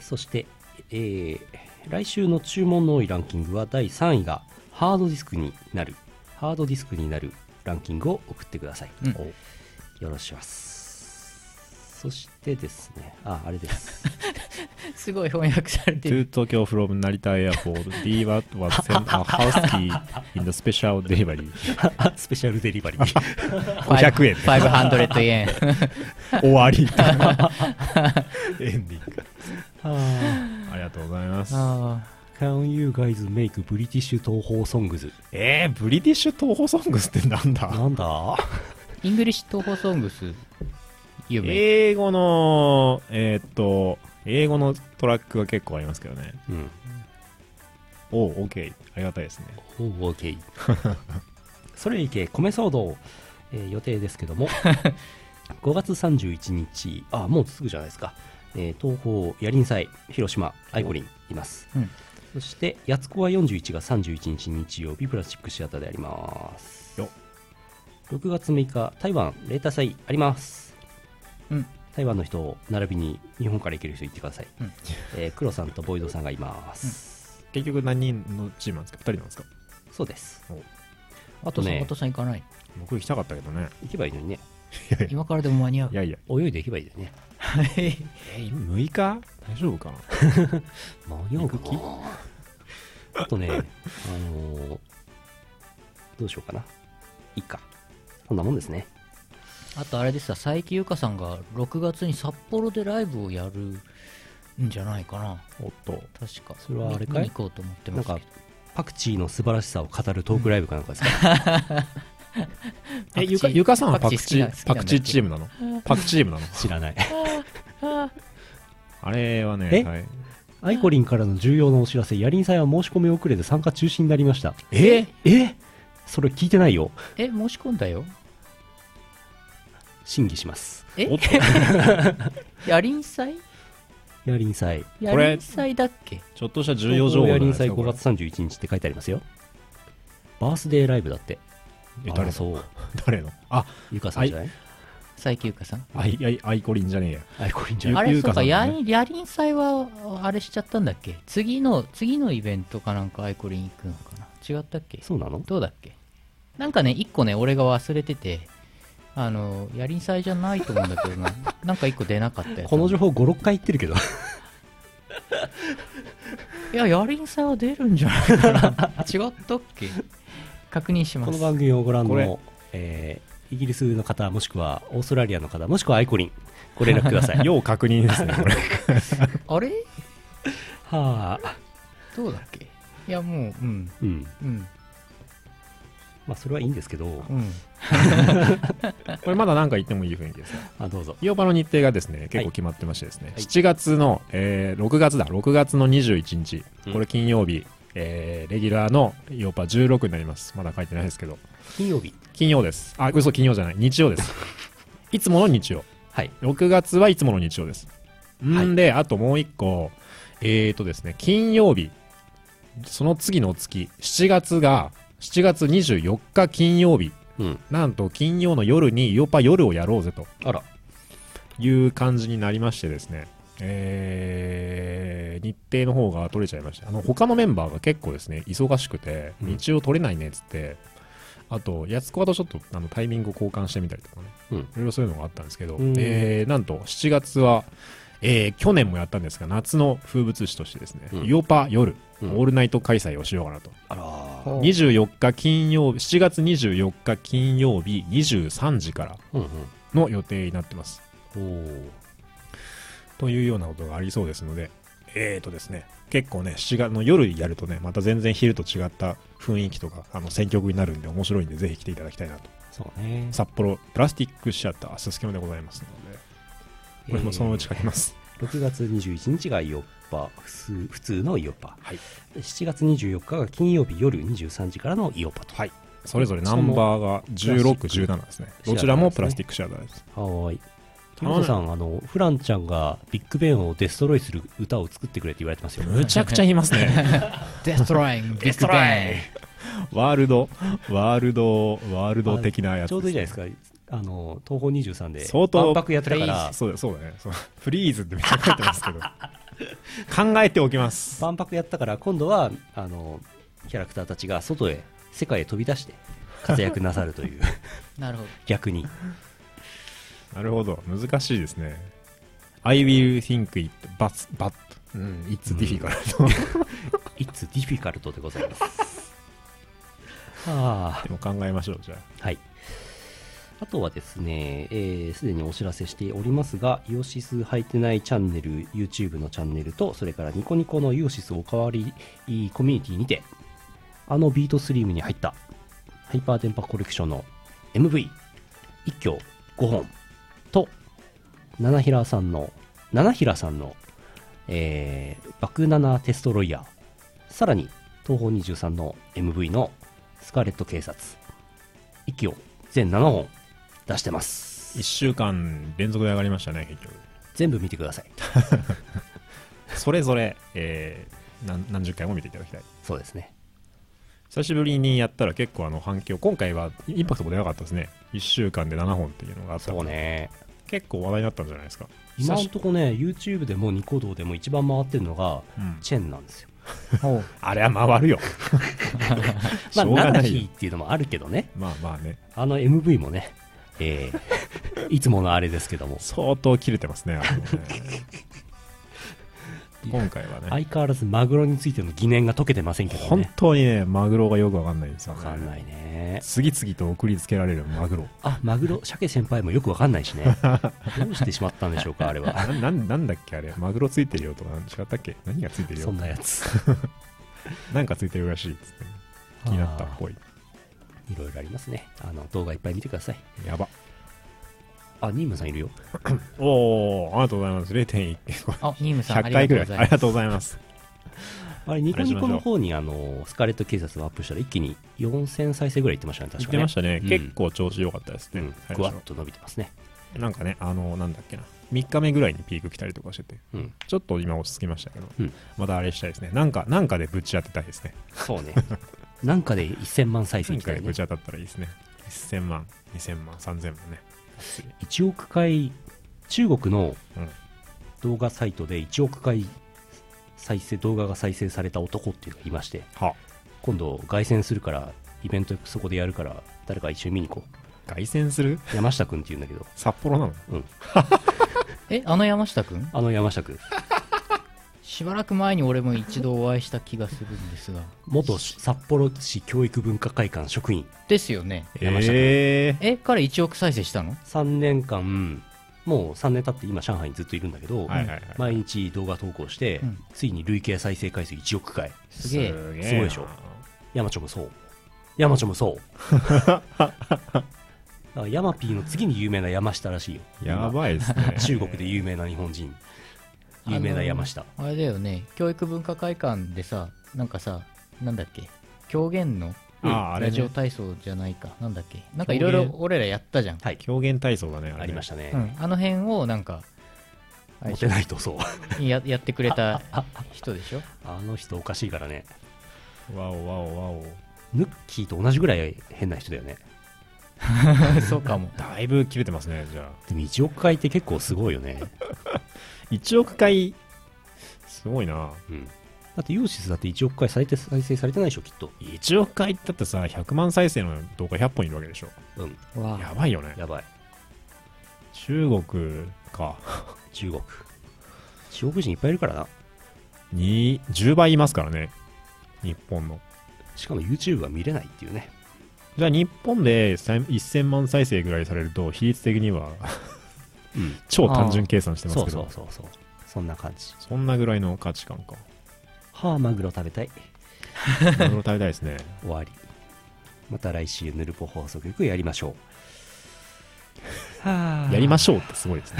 [SPEAKER 1] そして、えー来週の注文の多いランキングは第3位がハードディスクになる、ハードディスクになるランキングを送ってください。
[SPEAKER 2] うん
[SPEAKER 1] およろしくお願いします。そしてですね、あ、あれ [laughs] です。
[SPEAKER 2] すごい翻訳され
[SPEAKER 1] [laughs]
[SPEAKER 2] て
[SPEAKER 6] to
[SPEAKER 2] る
[SPEAKER 6] Tokyo from Narita Airport,
[SPEAKER 2] [laughs]
[SPEAKER 6] D was sent a house key in the special delivery.
[SPEAKER 1] スペシャルデリバリ [laughs] ー。
[SPEAKER 6] 500円
[SPEAKER 2] 500円
[SPEAKER 1] [laughs]
[SPEAKER 6] 終
[SPEAKER 2] [laughs]
[SPEAKER 6] わり。エンディング。
[SPEAKER 1] あ
[SPEAKER 6] ありがとうございます。
[SPEAKER 2] あ
[SPEAKER 1] Can you guys make British 東方ソングズ
[SPEAKER 6] えー、ブリティッシュ東宝ソングスってなんだ
[SPEAKER 1] なんだ
[SPEAKER 2] ーイングリッシュ東宝ソングス有名、
[SPEAKER 6] 英語の、えーっと、英語のトラックが結構ありますけどね。
[SPEAKER 1] うん。
[SPEAKER 6] おう、OK。ありがたいですね。
[SPEAKER 1] おー OK。それいけ、米騒動、えー予定ですけど
[SPEAKER 2] [laughs]
[SPEAKER 1] も、5月31日、あ、もうすぐじゃないですか。えー東方、やりんさい、広島、アイコリン、います。
[SPEAKER 2] うん
[SPEAKER 1] そして、やつこは41が31日日曜日、プラスチックシアターであります。
[SPEAKER 6] よ
[SPEAKER 1] 6月6日、台湾、レーター祭あります。
[SPEAKER 2] うん
[SPEAKER 1] 台湾の人、並びに日本から行ける人行ってください。
[SPEAKER 2] うん
[SPEAKER 1] えー黒さんとボイドさんがいます。
[SPEAKER 6] 結局何人のチームなんですか ?2 人なんですか
[SPEAKER 1] そうです。あ
[SPEAKER 2] あ
[SPEAKER 1] と
[SPEAKER 2] とね
[SPEAKER 1] ね
[SPEAKER 2] お、父さん行かない
[SPEAKER 6] 僕行きたかったけどね。
[SPEAKER 1] 行けばいいのにね。
[SPEAKER 2] 今からでも間に合う
[SPEAKER 6] いやいや。
[SPEAKER 1] 泳いでいけばいいだよね。
[SPEAKER 6] えー、今6日大丈夫かな
[SPEAKER 1] 迷う気 [laughs] あとね、あのーどうしようかな。いいか。こんなもんですね。
[SPEAKER 2] あとあれですわ佐伯優香さんが6月に札幌でライブをやるんじゃないかな
[SPEAKER 6] おっと。
[SPEAKER 2] 確か
[SPEAKER 1] それはあれかい
[SPEAKER 2] 見に行こうと思って
[SPEAKER 1] な
[SPEAKER 2] ま
[SPEAKER 1] ん
[SPEAKER 2] すけど
[SPEAKER 1] か、パクチーの素晴らしさを語るトークライブかなんか [laughs] ですか、
[SPEAKER 6] え、ゆか、ゆかさんはパクチ
[SPEAKER 2] パクチ
[SPEAKER 6] ー、
[SPEAKER 2] ー好きなん
[SPEAKER 6] パク
[SPEAKER 2] だっけ
[SPEAKER 6] チーチームなのパクチームなの
[SPEAKER 1] 知らない。
[SPEAKER 6] あれはね、
[SPEAKER 1] え
[SPEAKER 6] はい
[SPEAKER 1] アイコリンからの重要なお知らせ、やりんさんは申し込み遅れで参加中止になりました。
[SPEAKER 6] え
[SPEAKER 1] えそれ聞いてないよ。
[SPEAKER 2] え申し込んだよ
[SPEAKER 1] 審議します。
[SPEAKER 2] え
[SPEAKER 6] おっと
[SPEAKER 2] [laughs] やりん祭
[SPEAKER 1] やりん祭。
[SPEAKER 2] やりん祭だっけ
[SPEAKER 6] ちょっとした重要情報じ
[SPEAKER 1] や
[SPEAKER 6] ゃな
[SPEAKER 1] り
[SPEAKER 6] い
[SPEAKER 1] ん
[SPEAKER 6] です
[SPEAKER 1] 祭
[SPEAKER 6] かこ
[SPEAKER 1] 5
[SPEAKER 6] れ
[SPEAKER 1] 月31日って書いてありますよ。バースデーライブだって。
[SPEAKER 6] え
[SPEAKER 1] あ
[SPEAKER 6] 誰
[SPEAKER 1] ら
[SPEAKER 6] の
[SPEAKER 1] そう。
[SPEAKER 6] 誰のあ、
[SPEAKER 1] ゆかさんじゃない
[SPEAKER 2] 佐伯優香さん
[SPEAKER 6] あい、あい、あいこりんじゃねえや。
[SPEAKER 1] アイコリンじゃない
[SPEAKER 2] あ
[SPEAKER 6] ゆ
[SPEAKER 2] れ
[SPEAKER 6] ゆ
[SPEAKER 2] そう
[SPEAKER 6] かさ
[SPEAKER 2] か
[SPEAKER 6] ん
[SPEAKER 2] や
[SPEAKER 6] だね
[SPEAKER 2] りやりん祭はあれしちゃったんだっけ次の次のイベントかなんかアイコリン行くのかな違ったっけ
[SPEAKER 1] そうなの
[SPEAKER 2] どうだっけなんかね、一個ね、俺が忘れてて、あの、やりん祭じゃないと思うんだけど
[SPEAKER 6] [laughs]
[SPEAKER 2] な、なんか一個出なかったやつ。
[SPEAKER 1] この情報5、6回言ってるけど。
[SPEAKER 2] いや、やりん祭は出るんじゃないか
[SPEAKER 6] [laughs]
[SPEAKER 2] な。違ったっけ確認します。
[SPEAKER 1] この番組をご覧
[SPEAKER 6] これ
[SPEAKER 1] の、えーイギリスの方、もしくはオーストラリアの方、もしくはアイコリン、ご連絡くだ
[SPEAKER 6] [laughs]
[SPEAKER 1] さい。
[SPEAKER 6] 要確認ですね、これ。
[SPEAKER 2] あれ
[SPEAKER 1] はあ、
[SPEAKER 2] どうだっけいや、もう、うん、
[SPEAKER 1] うん。
[SPEAKER 2] うん、
[SPEAKER 1] まあ、それはいいんですけど、
[SPEAKER 2] うん。
[SPEAKER 6] これまだ何か言ってもいい雰囲気ですね。
[SPEAKER 1] あどうぞ。
[SPEAKER 6] イオパの日程がですね、結構決まってましてですね、7月の、えー、6月だ、6月の21日、
[SPEAKER 1] うん
[SPEAKER 6] これ金曜日、えー、レギュラーのイオパ16になります。まだ書いてないですけど、
[SPEAKER 1] 金曜日。
[SPEAKER 6] 金曜です。あ、嘘、金曜じゃない、日曜
[SPEAKER 1] [laughs]
[SPEAKER 6] です。いつもの日曜。
[SPEAKER 1] はい。
[SPEAKER 6] 6月はいつもの日曜です。んで、あともう一個、えーとですね、金曜日、その次の月、7月が、7月24日金曜日、
[SPEAKER 1] うん。
[SPEAKER 6] なんと金曜の夜に、ヨパ夜をやろうぜと
[SPEAKER 1] あら。
[SPEAKER 6] いう感じになりましてですね、えー、日程の方が取れちゃいました。あの、他のメンバーが結構ですね、忙しくて、
[SPEAKER 1] うん
[SPEAKER 6] 日曜取れないねっつって、あと、やつこわとちょっとあのタイミングを交換してみたりとかね、
[SPEAKER 1] うん
[SPEAKER 6] いろいろそういうのがあったんですけど、
[SPEAKER 1] うん
[SPEAKER 6] えーなんと7月は、えー去年もやったんですが夏の風物詩としてですね、
[SPEAKER 1] うん
[SPEAKER 6] ヨーパ夜、
[SPEAKER 1] うん
[SPEAKER 6] オールナイト開催をしようかなと
[SPEAKER 1] あら
[SPEAKER 2] ほう
[SPEAKER 6] 24日金曜日7月24日金曜日23時から
[SPEAKER 1] うんうん
[SPEAKER 6] の予定になってます
[SPEAKER 1] おー
[SPEAKER 6] というようなことがありそうですのでえーとですね結構ね7月の夜やるとねまた全然昼と違った雰囲気とかあの選曲になるんで面白いんでぜひ来ていただきたいなと
[SPEAKER 1] そうね
[SPEAKER 6] 札幌プラスティックシアターすすきのでございますのでこれもそのうち書き [laughs] ます、
[SPEAKER 1] 6月21日がイオッパ普通普通のイオッパ、
[SPEAKER 6] はい
[SPEAKER 1] 7月24日が金曜日夜23時からのイオッパと
[SPEAKER 6] はいそれぞれナンバーが1617ですねどちらもプラスティックシアターです
[SPEAKER 1] はーい富本さんあのフランちゃんがビッグベンをデストロイする歌を作ってくれって言われてますよ
[SPEAKER 6] むちゃくちゃ言いま
[SPEAKER 2] [laughs]
[SPEAKER 6] すね
[SPEAKER 2] デストロイング、ビッグバン。
[SPEAKER 6] ワールドワールドワールド的なやつ
[SPEAKER 1] ちょうどいいじゃないですかあの東方23で
[SPEAKER 6] 相当
[SPEAKER 1] 万博やってたから
[SPEAKER 6] そうだそうだねそう [laughs] フリーズってめっちゃ書いてますけど [laughs] 考えておきます
[SPEAKER 1] 万博やったから今度はあのキャラクターたちが外へ世界へ飛び出して活躍なさると
[SPEAKER 6] [laughs]
[SPEAKER 1] いう
[SPEAKER 2] なるほど。
[SPEAKER 1] 逆に
[SPEAKER 6] なるほど難しいですね I will think it but, but うん it's difficult、で
[SPEAKER 1] It's difficult でございます。はあ、
[SPEAKER 6] も考えましょうじゃあ
[SPEAKER 1] はい。あとはですね、す、えー、で、にお知らせしておりますが、イオシス履いてないチャンネル、YouTube のチャンネルと、それからニコニコのイオシスおかわりコミュニティにて、あのビートスリームに入った、ハイパー電波コレクションの MV、一挙5本と、七平さんの、七平さんの、えー、バクナナテストロイヤー、さらに、東方23の MV のスカーレット警察、息を全7本出してます
[SPEAKER 6] 1週間連続で上がりましたね結局
[SPEAKER 1] 全部見てください
[SPEAKER 6] それぞれ、えー何何十回も見ていただきたい
[SPEAKER 1] そうですね
[SPEAKER 6] 久しぶりにやったら結構あの反響今回はインパクトも出なかったですね1週間で7本っていうのがあったから
[SPEAKER 1] ね
[SPEAKER 6] 結構話題になったんじゃないですか
[SPEAKER 1] 今のとこね YouTube でもニコ動でも一番回ってるのが
[SPEAKER 6] うん
[SPEAKER 1] チェンなんですよ、
[SPEAKER 2] ほう
[SPEAKER 6] あれは回るよしょう
[SPEAKER 1] [laughs] まあ7
[SPEAKER 6] がないよ
[SPEAKER 1] 日っていうのもあるけどね
[SPEAKER 6] まあまあね
[SPEAKER 1] あの MV もねえ
[SPEAKER 6] [laughs]
[SPEAKER 1] ーいつものあれですけども
[SPEAKER 6] 相当切れてますねあのね
[SPEAKER 1] [laughs]
[SPEAKER 6] 今回はね
[SPEAKER 1] 相変わらずマグロについての疑念が解けてませんけど
[SPEAKER 6] 本
[SPEAKER 1] ね
[SPEAKER 6] 当にねマグロがよくわかんないんですよ、ね、
[SPEAKER 1] わかんないね
[SPEAKER 6] 次々と送りつけられるマグロ
[SPEAKER 1] あマグロ鮭先輩もよくわかんないし
[SPEAKER 6] [laughs]
[SPEAKER 1] ねどうしてしまったんでしょうかあれは
[SPEAKER 6] ななんなんだっけあれマグロついてるよとかなん違ったっけ何がついてる
[SPEAKER 1] そ
[SPEAKER 6] よ
[SPEAKER 1] んなやつ
[SPEAKER 6] なんかついてるらしいっつって気になったっぽい
[SPEAKER 1] いろいろありますねあの動画いっぱい見てください
[SPEAKER 6] やば
[SPEAKER 1] あニームさんいるよ
[SPEAKER 6] おおありがとうございます0.1
[SPEAKER 1] [laughs]
[SPEAKER 2] あ、ニームさん、あ
[SPEAKER 6] 100
[SPEAKER 2] りがと
[SPEAKER 6] 回
[SPEAKER 2] う
[SPEAKER 6] ぐ
[SPEAKER 2] ご
[SPEAKER 6] らい
[SPEAKER 2] ざい
[SPEAKER 6] あ
[SPEAKER 2] ま
[SPEAKER 6] り
[SPEAKER 2] す。
[SPEAKER 6] がとうございます
[SPEAKER 1] あれ、ニコニコの方に、あの、スカーレット警察をアップしたら一気に4000再生ぐらいいってましたね、確
[SPEAKER 6] 言っ
[SPEAKER 1] かね。
[SPEAKER 6] てましたね、
[SPEAKER 1] うん
[SPEAKER 6] 結構調子良かったです
[SPEAKER 1] う
[SPEAKER 6] ね
[SPEAKER 1] ん、
[SPEAKER 6] 最
[SPEAKER 1] ぐわっ
[SPEAKER 6] 初
[SPEAKER 1] と伸びてますね。
[SPEAKER 6] なんかねあのなんだっけな3日目ぐらいにピーク来たりとかしてて
[SPEAKER 1] うん。
[SPEAKER 6] ちょっと今落ち着きましたけど、
[SPEAKER 1] うん
[SPEAKER 6] またあれしたいですねなんかなんかでぶち当てたいですね
[SPEAKER 1] そうね。 [laughs] なんかで1000万再生
[SPEAKER 6] 何
[SPEAKER 1] いきた
[SPEAKER 6] かで
[SPEAKER 1] い
[SPEAKER 6] ぶ
[SPEAKER 1] ね
[SPEAKER 6] ち。当たったらいいですね1000万2000万3000万ね
[SPEAKER 1] 1億回、中国の
[SPEAKER 6] うん
[SPEAKER 1] 動画サイトで1億回再生、動画が再生された男っていうのがいまして、
[SPEAKER 6] は
[SPEAKER 1] 今度、凱旋するから、イベントそこでやるから、誰か一緒に見に行こう。
[SPEAKER 6] 凱旋する
[SPEAKER 1] 山下くんっていうんだけど、
[SPEAKER 6] 札幌なの
[SPEAKER 1] うん。
[SPEAKER 2] え、あの山下くん
[SPEAKER 1] あの山下くん、
[SPEAKER 2] しばらく前に俺も一度お会いした気がするんですが。
[SPEAKER 1] 元札幌市教育文化会館職員。
[SPEAKER 2] ですよね。
[SPEAKER 1] 山下君
[SPEAKER 6] え
[SPEAKER 2] え、彼1億再生したの
[SPEAKER 1] 3年間もう3年経って今上海にずっといるんだけど、
[SPEAKER 6] はいはいはい
[SPEAKER 1] 毎日動画投稿して、
[SPEAKER 2] うん
[SPEAKER 1] ついに累計再生回数1億回
[SPEAKER 2] すげえ。
[SPEAKER 6] ー、
[SPEAKER 1] すごいでしょ山ちゃんもそう山ちゃんもそう
[SPEAKER 6] [laughs]
[SPEAKER 1] だから山 P の次に有名な山下らしいよ
[SPEAKER 6] やばいですね
[SPEAKER 1] 今中国で有名な日本人有名な山下、
[SPEAKER 2] あのーあれだよね、教育文化会館でさ、なんかさ、なんだっけ、狂言の
[SPEAKER 6] [laughs] あああれ
[SPEAKER 2] ラジオ
[SPEAKER 6] ね
[SPEAKER 2] 体操じゃないか、なんだっけ、なんかいろいろ俺らやったじゃん。
[SPEAKER 1] はい
[SPEAKER 6] 狂言体操だねあれね
[SPEAKER 1] ありましたね、
[SPEAKER 2] うん、あの辺をなんか、あれ
[SPEAKER 1] モテ
[SPEAKER 2] でしょ
[SPEAKER 1] ないとそう
[SPEAKER 2] ややってくれた人でしょ。
[SPEAKER 1] あの人おかしいからね
[SPEAKER 6] わおわおわお
[SPEAKER 1] ヌッキーと同じぐらい変な人だよね
[SPEAKER 2] そうかも。
[SPEAKER 6] だいぶ切れてますねじゃあ
[SPEAKER 1] でも1億回って結構すごいよね、
[SPEAKER 6] 1億回すごいな
[SPEAKER 1] うん、だってユーシスだって1億回再生再生されてないでしょきっと
[SPEAKER 6] 1億回だってさ100万再生の動画100本いるわけでしょ
[SPEAKER 1] うん
[SPEAKER 2] わあ
[SPEAKER 6] やばいよね
[SPEAKER 1] やばい
[SPEAKER 6] 中国か
[SPEAKER 1] 中国中国人いっぱいいるからな
[SPEAKER 6] に10倍いますからね日本の
[SPEAKER 1] しかも YouTube は見れないっていうね
[SPEAKER 6] じゃあ日本でさい1000万再生ぐらいされると比率的には [laughs]
[SPEAKER 1] うん
[SPEAKER 6] 超単純計算してます
[SPEAKER 1] そう
[SPEAKER 6] けど
[SPEAKER 1] そうそうそうそんな感じ
[SPEAKER 6] そんなぐらいの価値観
[SPEAKER 1] [laughs]
[SPEAKER 6] か
[SPEAKER 1] はあマグロ食べたい
[SPEAKER 6] マグロ食べたいですね
[SPEAKER 1] 終わりまた来週ヌルポ放送局やりましょうはあ
[SPEAKER 6] やりましょうってすごいですね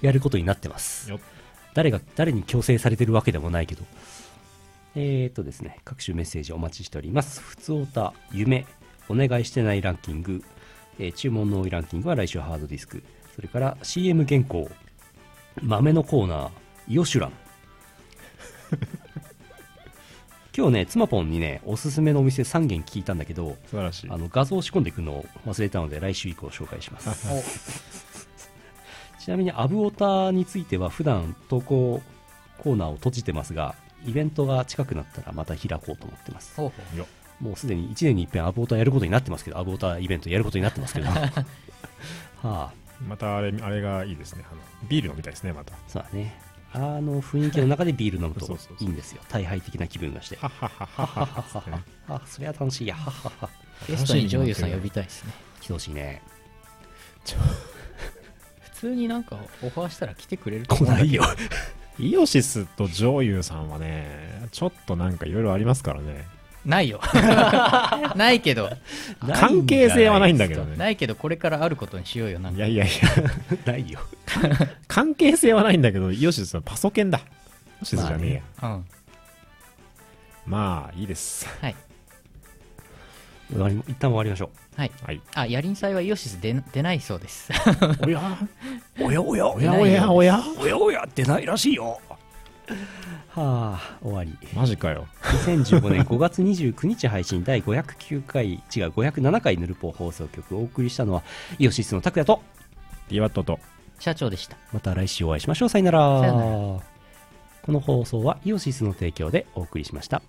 [SPEAKER 1] やることになってます
[SPEAKER 6] よっ
[SPEAKER 1] 誰が誰に強制されてるわけでもないけどえー、とですね各種メッセージお待ちしておりますふつおた夢お願いしてないランキング、えー注文の多いランキングは来週ハードディスクそれから CM 原稿豆のコーナーイオシュ
[SPEAKER 6] [laughs]
[SPEAKER 1] ラン今日ね妻ぽんにねおすすめのお店3軒聞いたんだけど
[SPEAKER 6] 素晴らしい
[SPEAKER 1] あの画像を仕込んでいくのを忘れたので来週以降紹介します [laughs] ちなみにアブオタについては普段投稿コーナーを閉じてますがイベントが近くなったらまた開こうと思ってます
[SPEAKER 2] ほうほう
[SPEAKER 6] よ
[SPEAKER 1] もうすでに1年に一遍アブオタやることになってますけどアブオタイベントやることになってます
[SPEAKER 2] [laughs]
[SPEAKER 1] けどはあ
[SPEAKER 6] またあれあれがいいですねあのビール飲みたいですねまた
[SPEAKER 1] そうだねあの雰囲気の中でビール飲む
[SPEAKER 6] [laughs]
[SPEAKER 1] と
[SPEAKER 6] そうそうそう
[SPEAKER 1] いいんですよ大敗的な気分がして
[SPEAKER 6] ははははははは
[SPEAKER 1] [laughs] あそれは楽しいやはは
[SPEAKER 2] [laughs]
[SPEAKER 1] は
[SPEAKER 2] ゲストに女優さん呼びたいですね
[SPEAKER 1] 来てほしいね
[SPEAKER 2] 普通になんかオファーしたら来てくれる
[SPEAKER 1] 来ないいよ
[SPEAKER 6] イオシスとジョーユーさんはねちょっとなんかいろいろありますからね
[SPEAKER 2] ないよないけど
[SPEAKER 6] 関係性はないんだけどね
[SPEAKER 2] ないけどこれからあることにしようよなん
[SPEAKER 6] い
[SPEAKER 2] か
[SPEAKER 6] やいやいや
[SPEAKER 1] [laughs] ないよ
[SPEAKER 6] 関係性はないんだけどイオシスはパソケンだイオシスじゃねえや
[SPEAKER 2] うん
[SPEAKER 6] まあいいです
[SPEAKER 2] はい
[SPEAKER 1] 終わり一旦終わりましょう
[SPEAKER 2] はい
[SPEAKER 6] はい
[SPEAKER 2] あやりんさいはイオシス出出ないそうです [laughs]
[SPEAKER 6] おや
[SPEAKER 1] おやおや
[SPEAKER 6] おやおやおや
[SPEAKER 1] おやおや出ないらしいよはあ終わり
[SPEAKER 6] マジかよ
[SPEAKER 1] 2015年5月29日配信第509回違う507回ヌルポ放送局をお送りしたのはイオシスの拓也と
[SPEAKER 6] d ワットと
[SPEAKER 2] 社長でした
[SPEAKER 1] また来週お会いしましょうさよなら
[SPEAKER 2] さよな
[SPEAKER 1] この放送はイオシスの提供でお送りしました